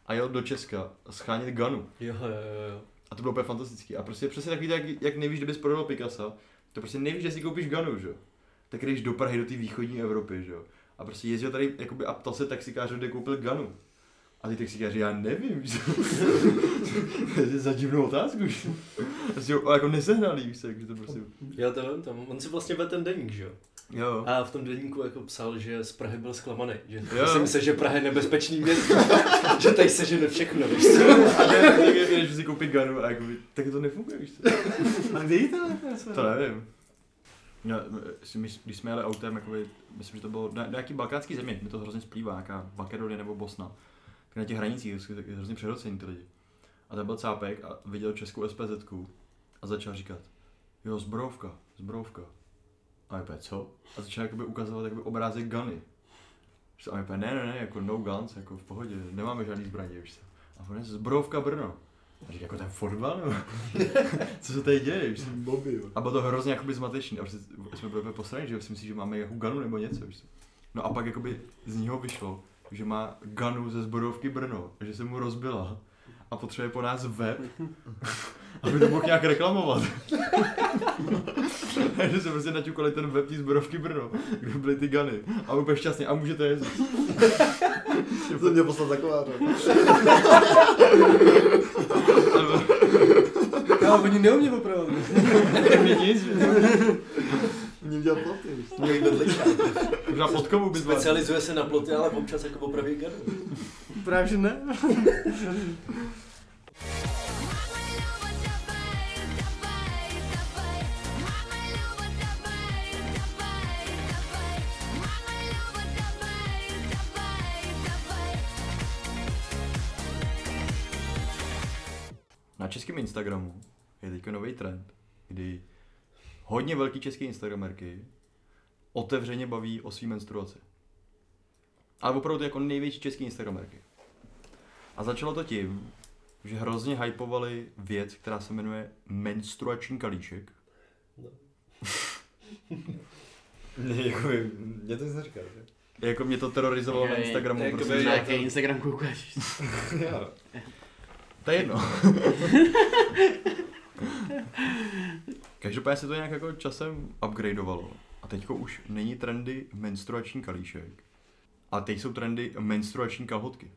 Speaker 4: a jel do Česka schánit Ganu.
Speaker 5: Jo, jo, jo, jo.
Speaker 4: A to bylo úplně fantastický. A prostě přesně takový, to, jak, jak nevíš, kdybys prodal Picasso, to prostě nevíš, že si koupíš Ganu, že jo. Tak jdeš do Prahy, do té východní Evropy, že jo. A prostě jezdil tady jakoby, a ptal se taxikáře, kde koupil Ganu. A ty taxikáři, já nevím, že to je za divnou otázku, že jo. Prostě ho jako nesehnalý, víš, co, takže to prostě,
Speaker 5: Já to vím tam. On si vlastně byl ten deník, že jo?
Speaker 4: jo.
Speaker 5: A v tom deníku jako psal, že z Prahy byl zklamaný. Že
Speaker 4: Jo.
Speaker 5: jo. si myslel, že Praha je nebezpečný město. že tady se žene všechno, víš co?
Speaker 4: A to je tak, jak jdeš si koupit Ganu a jakoby, tak to nefunguje, víš co.
Speaker 3: A kde jí to Picasso?
Speaker 4: To nevím. No, si my, když jsme jeli autem, jakoby, myslím, že to bylo na, na nějaký balkánský země, mi to hrozně splývá, nějaká Makedonie nebo Bosna. Tak na těch hranicích jsou taky hrozně přehlcení ty lidi. A tam byl cápek a viděl českou SPZ a začal říkat, jo, zbrojovka, zbrojovka. A my úplně, co? A začal jakoby ukazovat jakoby obrázek Guny. A my úplně, ne, ne, ne, jako no guns, jako v pohodě, nemáme žádný zbraně, víš se. A on je zbrojovka Brno. A říká, jako ten fotbal, nebo? co se tady děje, víš se?
Speaker 6: Bobby, jo.
Speaker 4: A bylo to hrozně jakoby zmatečný a prostě jsme byli úplně posraní, že si myslí, že máme jakou ganu nebo něco, víš co. No a pak jakoby z něho vyšlo, že má ganu ze zborovky Brno, že se mu rozbila a potřebuje po nás web, aby to mohl nějak reklamovat. Takže se prostě naťukali ten web té zborovky Brno, kde byly ty gany a úplně šťastně a můžete jezdit.
Speaker 6: To mě poslal za kováře.
Speaker 3: Kámo, oni neumí opravdu.
Speaker 4: Mě nic, že?
Speaker 6: Mě udělal platy, víš.
Speaker 5: Měli vedlejší.
Speaker 4: Možná podkovu by zvládl.
Speaker 5: Specializuje se na ploty, ale občas jako opraví gadu.
Speaker 3: Právě že ne.
Speaker 4: Na českém Instagramu je teď nový trend, kdy hodně velký české Instagramerky otevřeně baví o svý menstruaci. Ale opravdu jako největší české Instagramerky. A začalo to tím, že hrozně hypovali věc, která se jmenuje menstruační kalíček.
Speaker 6: Mě, jako, mě to nic neříká, že?
Speaker 4: Jako mě to terorizovalo na
Speaker 2: Jakoby-
Speaker 4: Instagramu,
Speaker 5: jakoby-
Speaker 4: protože
Speaker 2: Na jaký Instagram koukáš?
Speaker 6: Jo.
Speaker 4: To je jedno. Každopádně se to nějak jako časem upgradeovalo. A teďko už není trendy menstruační kalíšek. A teď jsou trendy menstruační kalhotky.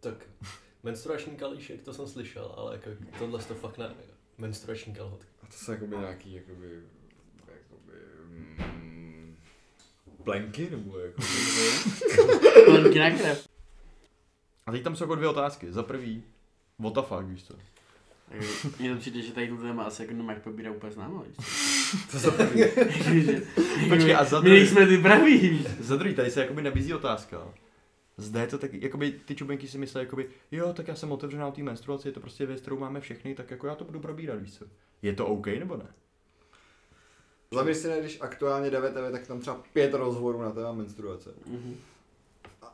Speaker 5: Tak, menstruační kalíšek, to jsem slyšel, ale jako tohle to fakt ne. jako Menstruační kalhotky.
Speaker 6: A to jsou jakoby nějaký, jakoby, jakoby, mm, plenky, nebo jako,
Speaker 2: Plenky na krev.
Speaker 4: A teď tam jsou jako dvě otázky. Za prvý, what the fuck, víš co?
Speaker 2: Jako, Mně to přijde, že tady to téma asi jako jenom jak pobírá úplně známo, víš
Speaker 4: To za prvý. Počkej,
Speaker 2: Počkej,
Speaker 4: a za
Speaker 2: jako, My
Speaker 4: druhý-
Speaker 2: nejsme ty praví, víš.
Speaker 4: Za druhý, tady se jakoby nabízí otázka. Zde je to tak, jakoby ty čubenky si myslí, jakoby, jo, tak já jsem otevřená o té menstruaci, je to prostě věc, kterou máme všechny, tak jako já to budu probírat, víš co? Je to OK nebo ne?
Speaker 6: Zaměř se na, když aktuálně 9 tak tam třeba pět rozhovorů na téma menstruace.
Speaker 2: Mhm.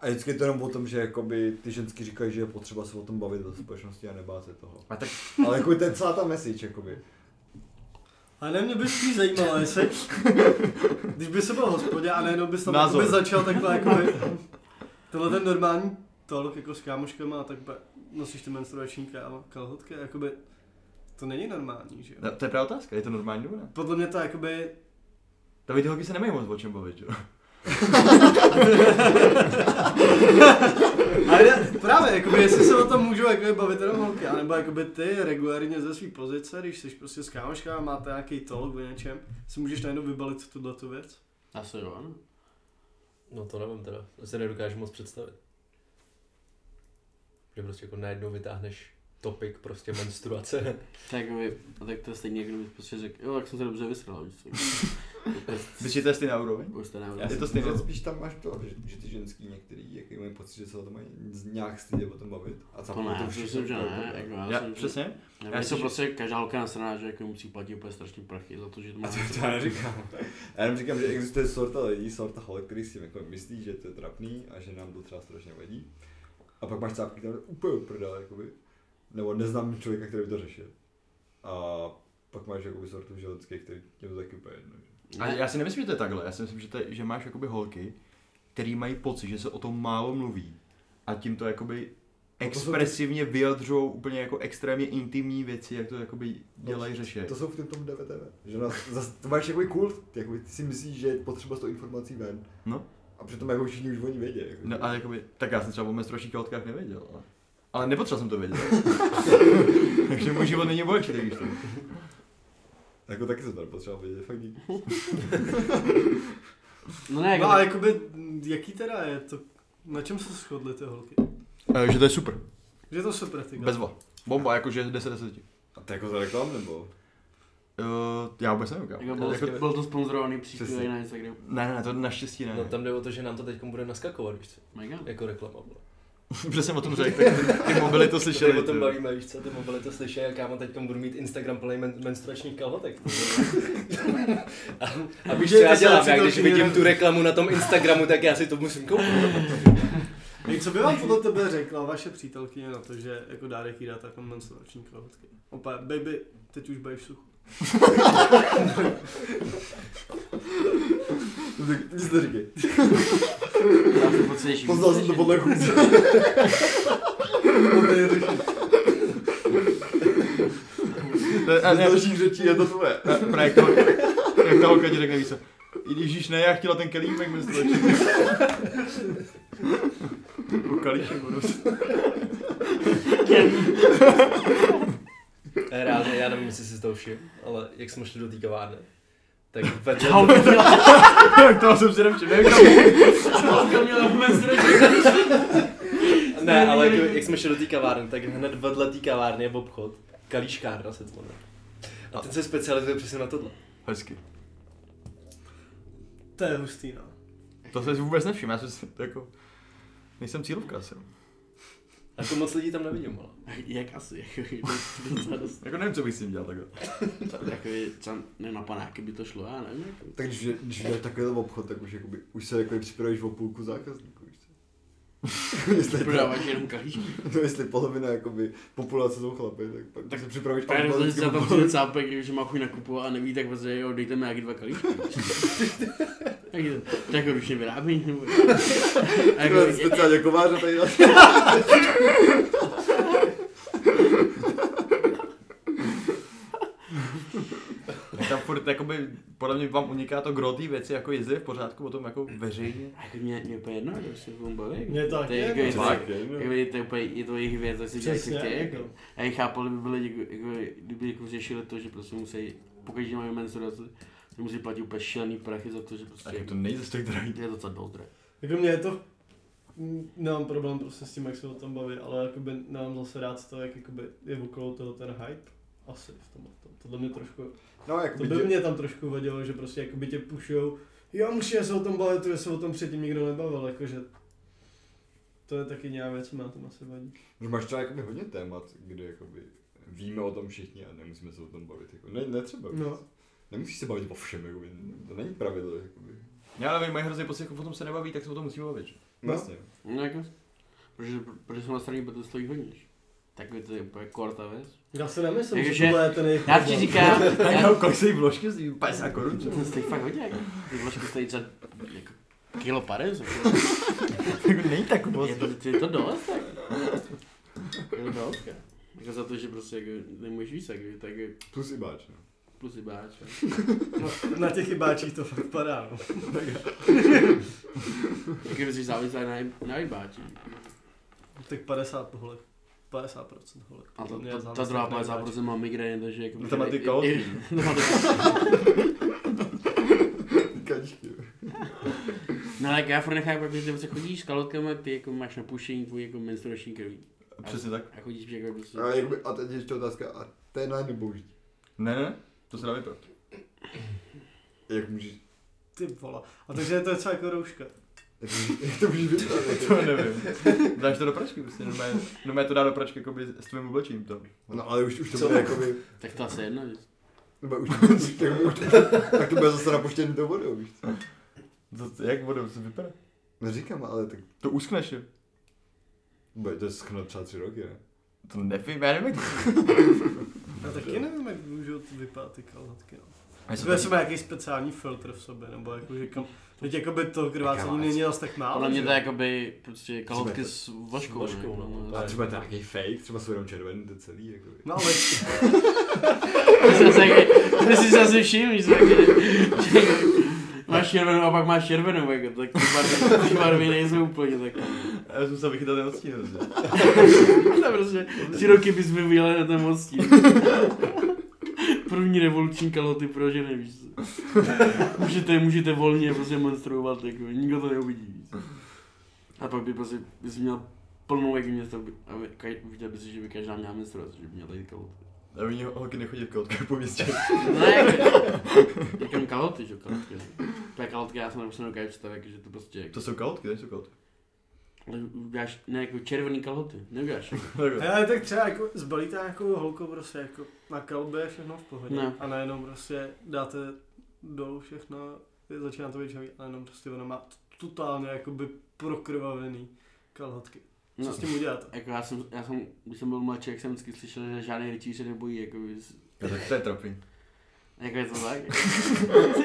Speaker 6: A vždycky je to jenom o tom, že jakoby ty ženský říkají, že je potřeba se o tom bavit ve společnosti a nebát se toho.
Speaker 4: A tak
Speaker 6: Ale jako to je celá ta message, jakoby.
Speaker 3: A ne, mě by spíš zajímalo, jestli, když by se byl v hospodě a najednou bys tam
Speaker 4: Názor.
Speaker 3: jakoby začal takhle jakoby, tohle ten normální toalok jako s kámoškama a tak ba- nosíš ty menstruační ká- kalhotky, jakoby, to není normální, že jo?
Speaker 4: No, to je právě otázka, je to normální nebo ne?
Speaker 3: Podle mě to jakoby,
Speaker 4: Tady ty holky se nemají moc o čem bavit, jo?
Speaker 3: ale ne, právě, jakoby, jestli se o tom můžou jakoby bavit jenom holky, anebo jakoby ty regulárně ze své pozice, když jsi prostě s kámoškama a máte nějaký toalok o něčem, si můžeš najednou vybalit tuhle tu věc.
Speaker 2: Asi jo, ano.
Speaker 5: No to nevím teda, to si nedokážu moc představit. Že prostě jako najednou vytáhneš topik prostě menstruace.
Speaker 2: Tak, jakoby, a tak to je stejně, jak kdyby prostě řekl, jo, tak jsem se dobře vysral, víš co.
Speaker 4: Myslíš, že to je stejná úroveň?
Speaker 2: Už to
Speaker 4: Já
Speaker 2: nevím.
Speaker 4: si- to stejné.
Speaker 6: Spíš tam máš to, že, že ty ženský některý, jaký mají pocit, že se o tom mají nějak stydě o tom bavit. A
Speaker 2: To ne, já si myslím, že ne. Jako, já,
Speaker 4: Já,
Speaker 2: jsem,
Speaker 4: přesně.
Speaker 2: Nevím,
Speaker 4: já
Speaker 2: já
Speaker 4: si-
Speaker 2: jsem prostě každá holka nasraná, že jako musí platit úplně strašný prachy za to, že to má.
Speaker 6: A to, to já neříkám. Já jenom říkám, že existuje sorta lidí, sorta holek, který si jako myslí, že to je trapný a že nám to třeba strašně vadí. A pak máš cápky, které úplně prdele, jakoby. Nebo neznám člověka, který by to řešil. A pak máš jakoby sortu ženských, který tě to taky úplně jedno. že?
Speaker 4: A já si nemyslím, že to je takhle. Já si myslím, že, to je, že máš jakoby holky, který mají pocit, že se o tom málo mluví. A tím to jakoby
Speaker 6: to jsou ty-
Speaker 4: expresivně vyjadřují úplně jako extrémně intimní věci, jak to jakoby dělají řeše.
Speaker 6: No, To jsou v tom tom DVTV. Že nás, zas, to máš jakoby kult, ty, jakoby, ty si myslíš, že je potřeba s tou informací ven.
Speaker 4: No.
Speaker 6: A přitom jako všichni už o ní vědí. Jako.
Speaker 4: No a jakoby, tak já jsem třeba o menstruačních kalhotkách nevěděl, ale, ale nepotřeboval jsem to vědět. Takže můj život není bohatší, víš to.
Speaker 6: Jako taky jsem tady potřeboval vědět, fakt díky.
Speaker 2: No ne,
Speaker 3: No
Speaker 2: jako,
Speaker 3: a jakoby, jaký teda je to, na čem se shodly ty holky?
Speaker 4: Eh, Že to je super,
Speaker 3: Že je to super, ty
Speaker 4: bezva. Bomba, jakože 10 10.
Speaker 6: A to jako za reklam nebo?
Speaker 4: Uh, já vůbec nevím, kámo.
Speaker 2: jako, byl,
Speaker 4: Jako-
Speaker 6: vlastně-
Speaker 2: byl to sponzorovaný příspěvek
Speaker 6: Přesně.
Speaker 2: na Instagramu.
Speaker 4: Ne, ne, to naštěstí ne.
Speaker 5: No tam jde o to, že nám to teď bude naskakovat, víš co?
Speaker 2: Mega.
Speaker 5: Jako reklama byla.
Speaker 4: Protože jsem o tom řekl, tak ty mobily to slyšeli.
Speaker 5: Slyšeli, o tom
Speaker 4: ty.
Speaker 5: bavíme, víš co, ty mobily to slyší, jak kámo teď budu mít Instagram plný men- menstruačních kalhotek. a, a víš, co
Speaker 3: Užijte
Speaker 5: já
Speaker 3: si,
Speaker 5: dělám,
Speaker 3: si
Speaker 5: já
Speaker 3: to
Speaker 5: když
Speaker 3: všichni
Speaker 5: vidím
Speaker 3: rádi.
Speaker 5: tu reklamu na tom Instagramu, tak já si to musím koupit.
Speaker 3: Hej, co by vám podle tebe řekla vaše přítelkyně na to, že jako dárek jí dá takhle menstruační kalhotky? Opa, baby, teď už budeš suchu.
Speaker 6: No Tak Nic neříkej.
Speaker 2: Já jsem pocitnější.
Speaker 6: Poznal jsem to podle chůze. To je řešit.
Speaker 4: Ne, ne,
Speaker 6: Z
Speaker 4: ne,
Speaker 6: dalších řečí je to tvoje.
Speaker 4: ne, právě jak to- jak ta holka ti řekne, víš co. Ježíš, ne, já chtěla ten kelímek menstruační. Nebo kalíšek, budu.
Speaker 5: Ne, Eh, reálně, já nevím, jestli si z toho všim, ale jak jsme šli do té kavárny, tak vedle,
Speaker 2: Čau, to dělá.
Speaker 4: To jsem si nevšiml, nevím,
Speaker 2: To měla vůbec srdce.
Speaker 5: ne, ale jako, jak jsme šli do té kavárny, tak hned vedle té kavárny je obchod, kalíškárna se to jmenuje. A ten se specializuje přesně na tohle.
Speaker 4: Hezky.
Speaker 3: To je hustý, no.
Speaker 4: To jsem si vůbec nevšiml, já jsem si to jako... Nejsem cílovka asi. no.
Speaker 5: A Jako moc lidí tam nevidím, ale.
Speaker 2: Jak asi, jako, je to docela dost.
Speaker 4: Jako nevím, co bych s tím dělal takhle.
Speaker 2: Takový, třeba nenapadá, jak by to šlo, já nevím. jako.
Speaker 6: Takže když dáš takový obchod, tak už, jakoby, už se jakoby, připravíš o půlku zákazníků. Víš co? jestli,
Speaker 2: Prodáváš jenom kahlíčky.
Speaker 6: no, jestli polovina jakoby, populace jsou chlapy, tak pak tak se připravíš
Speaker 2: Právě to
Speaker 6: automaticky
Speaker 2: se tam
Speaker 6: o
Speaker 2: přijde cápek, že má chuť nakupovat a neví, tak vlastně, jo, dejte mi nějaký dva kalíčky. tak je to, tak ho ručně vyrábí, nebo... A jako,
Speaker 4: Prostě
Speaker 6: půlku. Speciálně kováře tady na
Speaker 4: Tam furt, jakoby, podle mě vám uniká to gro té věci, jako jestli je v pořádku o tom jako veřejně.
Speaker 2: a jako mě, mě úplně jedno, že se budou bavit.
Speaker 3: Mě tak
Speaker 2: to je, jako,
Speaker 3: jedno.
Speaker 2: je, to,
Speaker 6: Fakt,
Speaker 2: je,
Speaker 6: jedno.
Speaker 2: jako, je to úplně, je to jejich věc, jestli dělají, co
Speaker 3: Přesně,
Speaker 2: chtějí. Jako.
Speaker 3: jako.
Speaker 2: A já chápu, kdyby byli, jako, jako, kdyby jako řešili to, že prostě musí, pokud že mají mensuraci, že musí platit úplně šílený prachy za to, že prostě...
Speaker 4: Tak
Speaker 6: jako
Speaker 4: to není zase tak drahý.
Speaker 2: Je to docela dost drahé.
Speaker 3: Jako mě je to... mm, Nemám problém prostě s tím, jak se o tom baví, ale jakoby nemám zase rád to, jak jakoby je okolo toho ten hype. Asi v tom. tom. Tohle mě trošku...
Speaker 6: No,
Speaker 3: To
Speaker 2: Jako
Speaker 6: jakoby,
Speaker 3: by
Speaker 6: dě...
Speaker 3: mě tam trošku vadilo, že prostě jakoby tě pušujou. Jo, musíme se o tom bavit, protože se o tom předtím nikdo nebavil, jakože... To je taky nějaká věc, co mě na tom asi vadí.
Speaker 6: že máš třeba jakoby, hodně témat, kde jakoby, víme o tom všichni a nemusíme se o tom bavit. Jako, ne, netřeba.
Speaker 3: No.
Speaker 6: Nemusíš se bavit o všem, jakoby, to není pravidlo. Jakoby.
Speaker 4: Já nevím, mají hrozný pocit, jako potom se nebaví, tak se o tom musíme bavit. že?
Speaker 6: No.
Speaker 3: No.
Speaker 6: Vlastně.
Speaker 2: No jako, protože, protože jsou na straně protože stojí hodně. že? Takový to je úplně korta věc.
Speaker 3: Já si nemyslím,
Speaker 2: Jakože-
Speaker 3: že tohle je ten jejich
Speaker 2: Já ti
Speaker 3: problém.
Speaker 2: říkám, já,
Speaker 4: Jako, kolik se jí vložky z 50 korun? co?
Speaker 2: to stojí fakt hodně, jako. ty vložky stojí třeba jako kilo 50.
Speaker 4: Jako, není tak moc.
Speaker 2: Je to, je to dost, tak. Je to dost, jako. jako za to, že prostě jako nemůžeš víc, jako, tak je
Speaker 6: Plus i báč, no.
Speaker 2: plus i báč. jo.
Speaker 3: No, na těch chybáčích to fakt padá. No.
Speaker 2: Jako jsi závislý na, na rybáči.
Speaker 3: Tak 50 holek. 50% holek.
Speaker 2: A
Speaker 3: podle
Speaker 2: to,
Speaker 3: mě je
Speaker 2: to, ta
Speaker 3: závislá
Speaker 2: druhá
Speaker 3: na
Speaker 2: pár
Speaker 3: rybáči.
Speaker 2: prostě má migrény, takže jako...
Speaker 4: To má ty kalhoty.
Speaker 2: i- i- to má ty kalhoty.
Speaker 6: Kačky.
Speaker 2: No ale jako já furt nechápu, jak ty prostě chodíš s kalhotkama, ty jako máš napušení tvůj jako menstruační krví.
Speaker 4: Přesně tak.
Speaker 2: A chodíš jako prostě...
Speaker 6: A, jakoby, a teď ještě otázka, a téma nebo už?
Speaker 4: Ne, ne, to se dá vyprat.
Speaker 6: Jak můžeš,
Speaker 3: Ty vola. A takže je to třeba jako rouška.
Speaker 6: jak, můžeš, jak to můžeš vyprat? jako?
Speaker 4: To nevím. Dáš to do pračky prostě, normálně, normálně to dá do pračky jakoby s tvým oblečením to.
Speaker 6: No ale už, už to
Speaker 5: Co?
Speaker 6: bude jakoby,
Speaker 2: Tak to asi jedno, že?
Speaker 6: nebo už, to- už, to- už, to- tak to bude zase napuštěný tou vodou, víš co?
Speaker 4: to jak vodou se vypadá?
Speaker 6: Neříkám, ale tak
Speaker 4: To uskneš, jo?
Speaker 6: bude to schnat třeba tři roky, ne?
Speaker 4: To nevím, já nevím, jak to...
Speaker 3: A taky nevím, jak můžou ty vypadat ty kalhotky. No.
Speaker 4: Já
Speaker 3: Třeba jestli má nějaký speciální filtr v sobě, nebo jako, že kam... Teď jakoby to krvácení
Speaker 6: Jaká
Speaker 3: není zase tak
Speaker 2: Podle
Speaker 3: málo,
Speaker 2: mě
Speaker 3: že?
Speaker 2: to je jakoby prostě kalhotky
Speaker 6: Jsme-
Speaker 2: s vložkou.
Speaker 5: s vložkou,
Speaker 2: ne?
Speaker 5: no,
Speaker 6: A třeba je to nějaký fake, třeba jsou jenom červený, to celý, jakoby.
Speaker 3: No ale
Speaker 2: To jsem se jako- To jsi se asi všiml, že jsme- že máš červenou a pak máš červenou, jako, tak ty barvy, ty barvy nejsou úplně tak.
Speaker 4: Já jsem se vychytal ten odstín.
Speaker 2: To prostě tři roky bys vyvíjeli na ten mostí. První revoluční kalhoty pro ženy, víš co. Můžete, můžete volně prostě menstruovat, jako, nikdo to neuvidí, víš co. A pak by prostě, bys měl plnou jak město, aby- aby, ka- viděl bys, že by každá měla menstruaci, že by měla tady kalhoty.
Speaker 4: A oni holky nechodí v kotkách po městě.
Speaker 2: Ne, říkám kalhoty, že jo, kalhotky. To je kalhotka, já jsem prostě nedokážu představit, že to prostě...
Speaker 4: To jsou kalotky, ne? Jsou kalotky.
Speaker 2: Ale uděláš, ne, jako červený kalhoty, neuděláš.
Speaker 4: Takhle.
Speaker 3: hele, tak třeba jako zbalíte nějakou holku prostě jako na kalbě všechno v pohodě.
Speaker 2: Ne.
Speaker 3: A najednou prostě dáte dolů všechno, začíná to být žavý, a najednou prostě ona má totálně jakoby prokrvavený kalhotky. Co
Speaker 2: No.
Speaker 3: s tím uděláte?
Speaker 2: Jako já jsem, já jsem, když jsem byl mladší, jak jsem vždycky slyšel, že žádný rytíř se nebojí, jako, bys-
Speaker 4: No, tak to je trapný.
Speaker 2: jako je to tak?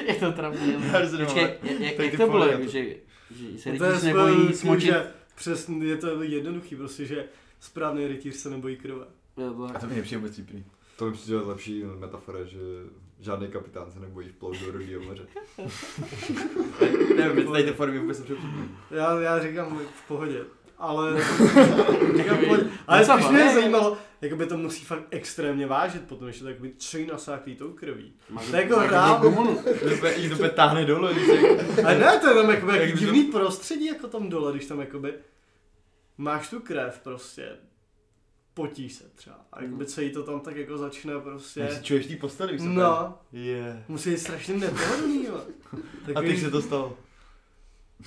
Speaker 2: je to trapný. ale-
Speaker 4: Já se
Speaker 2: Počkej,
Speaker 4: nemám-
Speaker 2: jak, jak,
Speaker 4: tak ty
Speaker 2: jak to bylo,
Speaker 4: fólia
Speaker 2: jako,
Speaker 4: to-
Speaker 2: že, že se
Speaker 3: No je
Speaker 2: rytíř
Speaker 3: skvělý,
Speaker 2: nebojí
Speaker 3: tím,
Speaker 2: smočit?
Speaker 3: že Přesně, je to jednoduchý, prostě, že správný rytíř se nebojí krve.
Speaker 2: Jo, to
Speaker 4: A
Speaker 2: tak.
Speaker 4: to mi je příjemně vtipný.
Speaker 6: To mi přijde lepší metafora, že žádný kapitán se nebojí vplout do rodního moře.
Speaker 4: Nevím, tady ty formy vůbec nepřijdu.
Speaker 3: Já, já říkám v pohodě, ale... říkám v
Speaker 2: Takový-
Speaker 3: pohodě. Ale
Speaker 2: Docela
Speaker 3: spíš mě
Speaker 2: ne.
Speaker 3: zajímalo, jakoby to musí fakt extrémně vážit potom, že to jakoby tři nasáklý tou krví.
Speaker 2: Máš-
Speaker 3: to je jako
Speaker 2: máš
Speaker 3: rám.
Speaker 2: gumonu.
Speaker 4: Jich to úplně táhne dolů. víš, jak-
Speaker 3: A ne, to je tam jakoby
Speaker 4: Jak
Speaker 3: jaký
Speaker 4: by to-
Speaker 3: divný prostředí jako tam dole, když tam jakoby máš tu krev prostě, potíš se třeba. A jakoby celý to tam tak jako začne
Speaker 4: Jak Hmm. se
Speaker 3: prostě...
Speaker 4: čuješ v té posteli, víš co to je?
Speaker 3: No,
Speaker 4: Je.
Speaker 3: musí být strašně nepohodlný, jo.
Speaker 4: A teď se to stalo.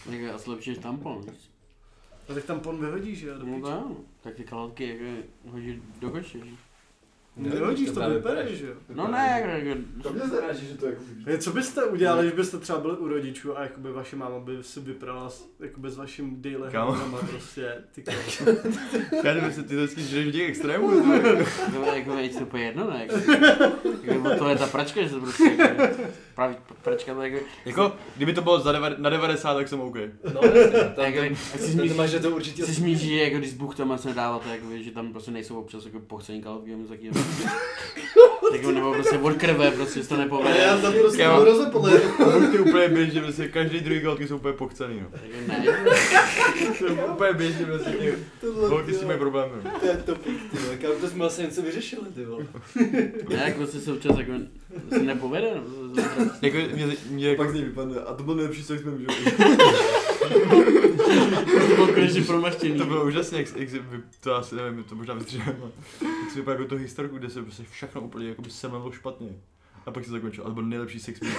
Speaker 2: Jako asi lepší než tampon. víš.
Speaker 3: A tak tam pon vyhodíš, že jo? do
Speaker 2: No
Speaker 3: piče.
Speaker 2: to ano. Tak ty kalhotky jako hodit do koše, že?
Speaker 3: Nehodíš, to
Speaker 5: právě
Speaker 3: vypereš,
Speaker 5: pereš.
Speaker 3: že jo?
Speaker 2: No ne, jako, jako,
Speaker 6: To mě zaráží, že to jako vidí.
Speaker 3: Ne, Co byste udělali, když byste třeba byli u rodičů a jakoby vaše máma by si vyprala s, jakoby s vaším daily
Speaker 4: Kámo.
Speaker 3: hodinama prostě ty kámo.
Speaker 4: Já nevím, jestli ty to vždycky žiješ v těch extrémů. vole.
Speaker 2: jako, jako, je to úplně jedno, ne? Jako, jako, to je ta pračka, že to prostě jako, prav, pračka to jako,
Speaker 4: Jako, kdyby to bylo za deva- na 90, tak jsem OK.
Speaker 5: No, jasně, tam,
Speaker 2: jako,
Speaker 5: tam,
Speaker 2: jak si
Speaker 5: tam,
Speaker 2: smíš,
Speaker 5: tam máš, že to určitě...
Speaker 2: si smíš, že jako když Bůh tam se nedává, to jako, že tam prostě nejsou občas jako pochcení kalhotky, nebo taky, jako, nebo prostě od krve, prostě se to
Speaker 5: Ale
Speaker 2: nepovede.
Speaker 5: já tam prostě
Speaker 4: Kámo.
Speaker 5: budu rozeplet.
Speaker 4: Buď ty úplně běžně, prostě každý druhý kalky jsou úplně pochcený, no.
Speaker 2: Jako, ne,
Speaker 4: To je úplně běžně, prostě ty
Speaker 5: Tohle,
Speaker 4: holky s tím mají problémy. no.
Speaker 5: To je topik, ty vole. Kam to jsme asi něco vyřešili, ty vole.
Speaker 2: ne, jako prostě se občas jako, se nepovede, no, prostě se to-
Speaker 4: Jako, mě, mě,
Speaker 6: Pak z něj vypadne. A to byl nejlepší sex v mém životě.
Speaker 4: Prostě
Speaker 2: to
Speaker 5: Jako,
Speaker 2: bylo konečně promaštěný.
Speaker 4: To bylo úžasné, jak, jak si, vy- to asi nevím, to možná vystříháme. Jak si vypadá jako tu historku, kde se prostě všechno úplně jako by se mluvilo špatně. A pak se zakončil, a to byl nejlepší sex mít.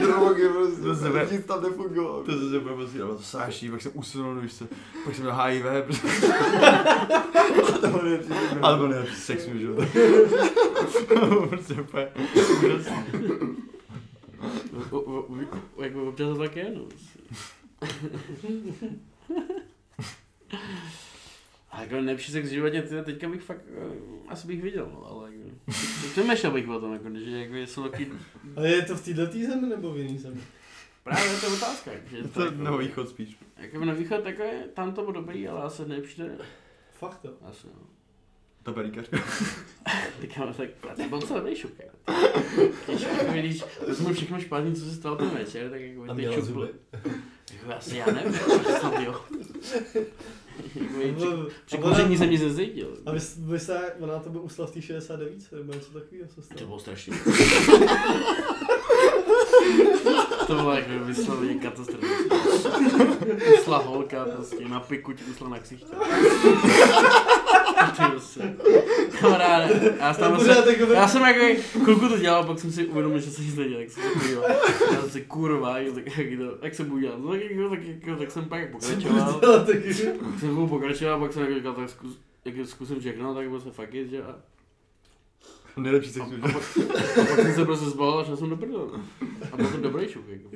Speaker 6: Drogy
Speaker 4: To se
Speaker 6: prostě.
Speaker 4: ve-
Speaker 6: Nic tam nefungovalo.
Speaker 4: To se bude prostě, ale to sáší, pak jsem usunul, víš se, pak jsem měl HIV, prostě,
Speaker 6: To byl nejlepší sex v mém
Speaker 4: ale byl nejlepší sex mít, že jo. Prostě úplně úžasný.
Speaker 2: O- o- o- Jako občas to tak je, no. A jako nejlepší sex v životě, tyhle, teďka bych fakt, eh, asi bych viděl, no, ale jako, přemýšlel bych o tom, jako, že jako jsou taky,
Speaker 5: Ale je to v této zemi nebo v jiný zemi?
Speaker 2: právě to je otázka, jako, že
Speaker 4: To je
Speaker 2: jako-
Speaker 4: na východ spíš.
Speaker 2: Jako na východ, jako je, tam to bylo dobrý, ale asi nejlepší to je,
Speaker 5: Fakt to.
Speaker 2: asi no.
Speaker 4: Ta períkařka.
Speaker 2: Tak já tak, já to byl celý šuk, jako. Když, jako, když vezmu všechno špatný, co se stalo ten večer, tak jako ty
Speaker 5: A měla
Speaker 2: šuply.
Speaker 5: zuby.
Speaker 2: Jako asi já nevím, snad jo. Jako, je- Při
Speaker 5: A ona-
Speaker 2: kouření jsem nic nezvěděl.
Speaker 5: A vy, vy se, ona to by usla v té 69, nebo něco takového se
Speaker 2: To
Speaker 5: stalo.
Speaker 2: bylo strašný. to bylo jako vysloveně katastrofické. Usla holka prostě na piku ti usla na ksichtě. Ty se. Kamaráde, já jsem, tam se, já jsem jako chvilku to dělal, pak jsem si uvědomil, že se nic neděje, tak jsem se podíval. Já jsem si kurva, jak, tak, jak, to, jak jsem budu dělat, no, tak, jako, tak, jako, tak jsem pak pokračoval.
Speaker 5: Ale tak
Speaker 2: Tak jsem chvilku pokračoval, pak jsem jako říkal, tak zkus, jak zkusím všechno, tak byl se fuck it, že a
Speaker 4: Nejlepší sex mít.
Speaker 2: a pak, a pak jsem se prostě zbalil a šel jsem do prdele. A byl to dobrý šuk, jako.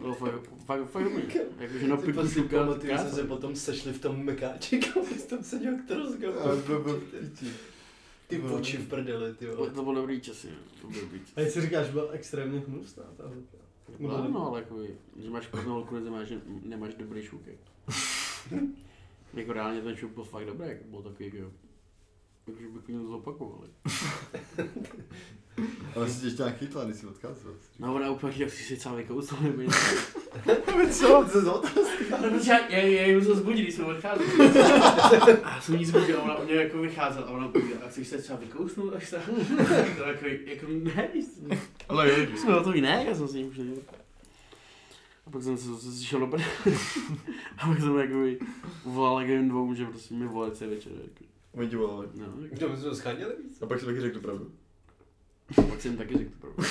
Speaker 2: Bylo fakt, fakt, fakt dobrý. Jakože na
Speaker 5: ty
Speaker 2: piku
Speaker 5: prostě
Speaker 2: šuka,
Speaker 5: pamatuju, že jsme se potom sešli v tom mekáči, kam jsi tam seděl k
Speaker 6: A to byl
Speaker 5: rozgavu.
Speaker 6: piči.
Speaker 5: Ty oči v prdeli, ty vole.
Speaker 2: to bylo dobrý časy, no. to bylo dobrý časy.
Speaker 5: A jak si říkáš, byla extrémně hnusná ta holka.
Speaker 2: No, ano, ale jako, že máš špatnou holku, neznamená, že nemáš dobrý šuk, jako. jako reálně ten šuk byl fakt dobrý, jako byl takový, jako, jakože by klidně to zopakovali.
Speaker 6: Ale jsi tě nějak chytla, když jsi odkázal.
Speaker 2: No, ona úplně, jak si si celá vykousal, nebo něco.
Speaker 6: Co? Co za
Speaker 2: No, protože já, já, já jim to zbudil, když jsem odcházel. A já jsem nic zbudil, a ona mě jako vycházel a ona bude, a chceš se třeba vykousnout až tak? To jako, jako ne, víš co?
Speaker 4: Ale jo,
Speaker 2: jsme na to jiné, já jsem si jim přijel. A pak jsem se zase slyšel do prdele. A pak jsem jakoby volal jako jim dvou, že prostě mi volat se večer. Jako.
Speaker 4: Oni ti volali.
Speaker 2: No, jako.
Speaker 5: Kdo my jsme scháněli víc?
Speaker 4: A pak jsem taky řekl tu pravdu.
Speaker 2: A pak jsem jim taky řekl to pravdu.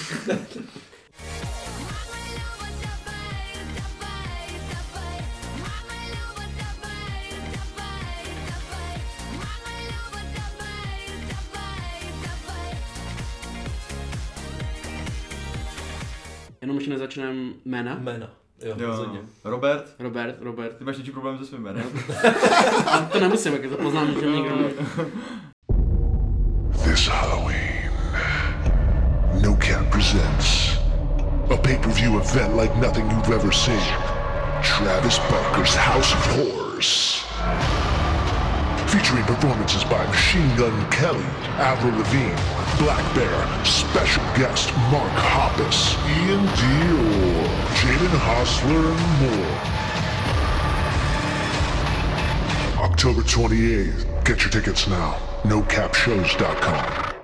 Speaker 2: Jenom ještě nezačneme jména.
Speaker 5: Jména. Jo,
Speaker 4: Jo,
Speaker 5: rozhodně.
Speaker 4: Robert,
Speaker 2: Robert, Robert.
Speaker 4: ty máš něčí problém se svým jménem.
Speaker 2: A to nemusím, jak to poznám, že někdo mluví.
Speaker 1: This Halloween, No Cap presents a pay per view event like nothing you've ever seen Travis Barker's House of Horrors. Featuring performances by Machine Gun Kelly, Avril Lavigne, Black Bear, special guest Mark Hoppus, Ian Dior, Jaden Hostler, and more. October 28th. Get your tickets now. NoCapShows.com.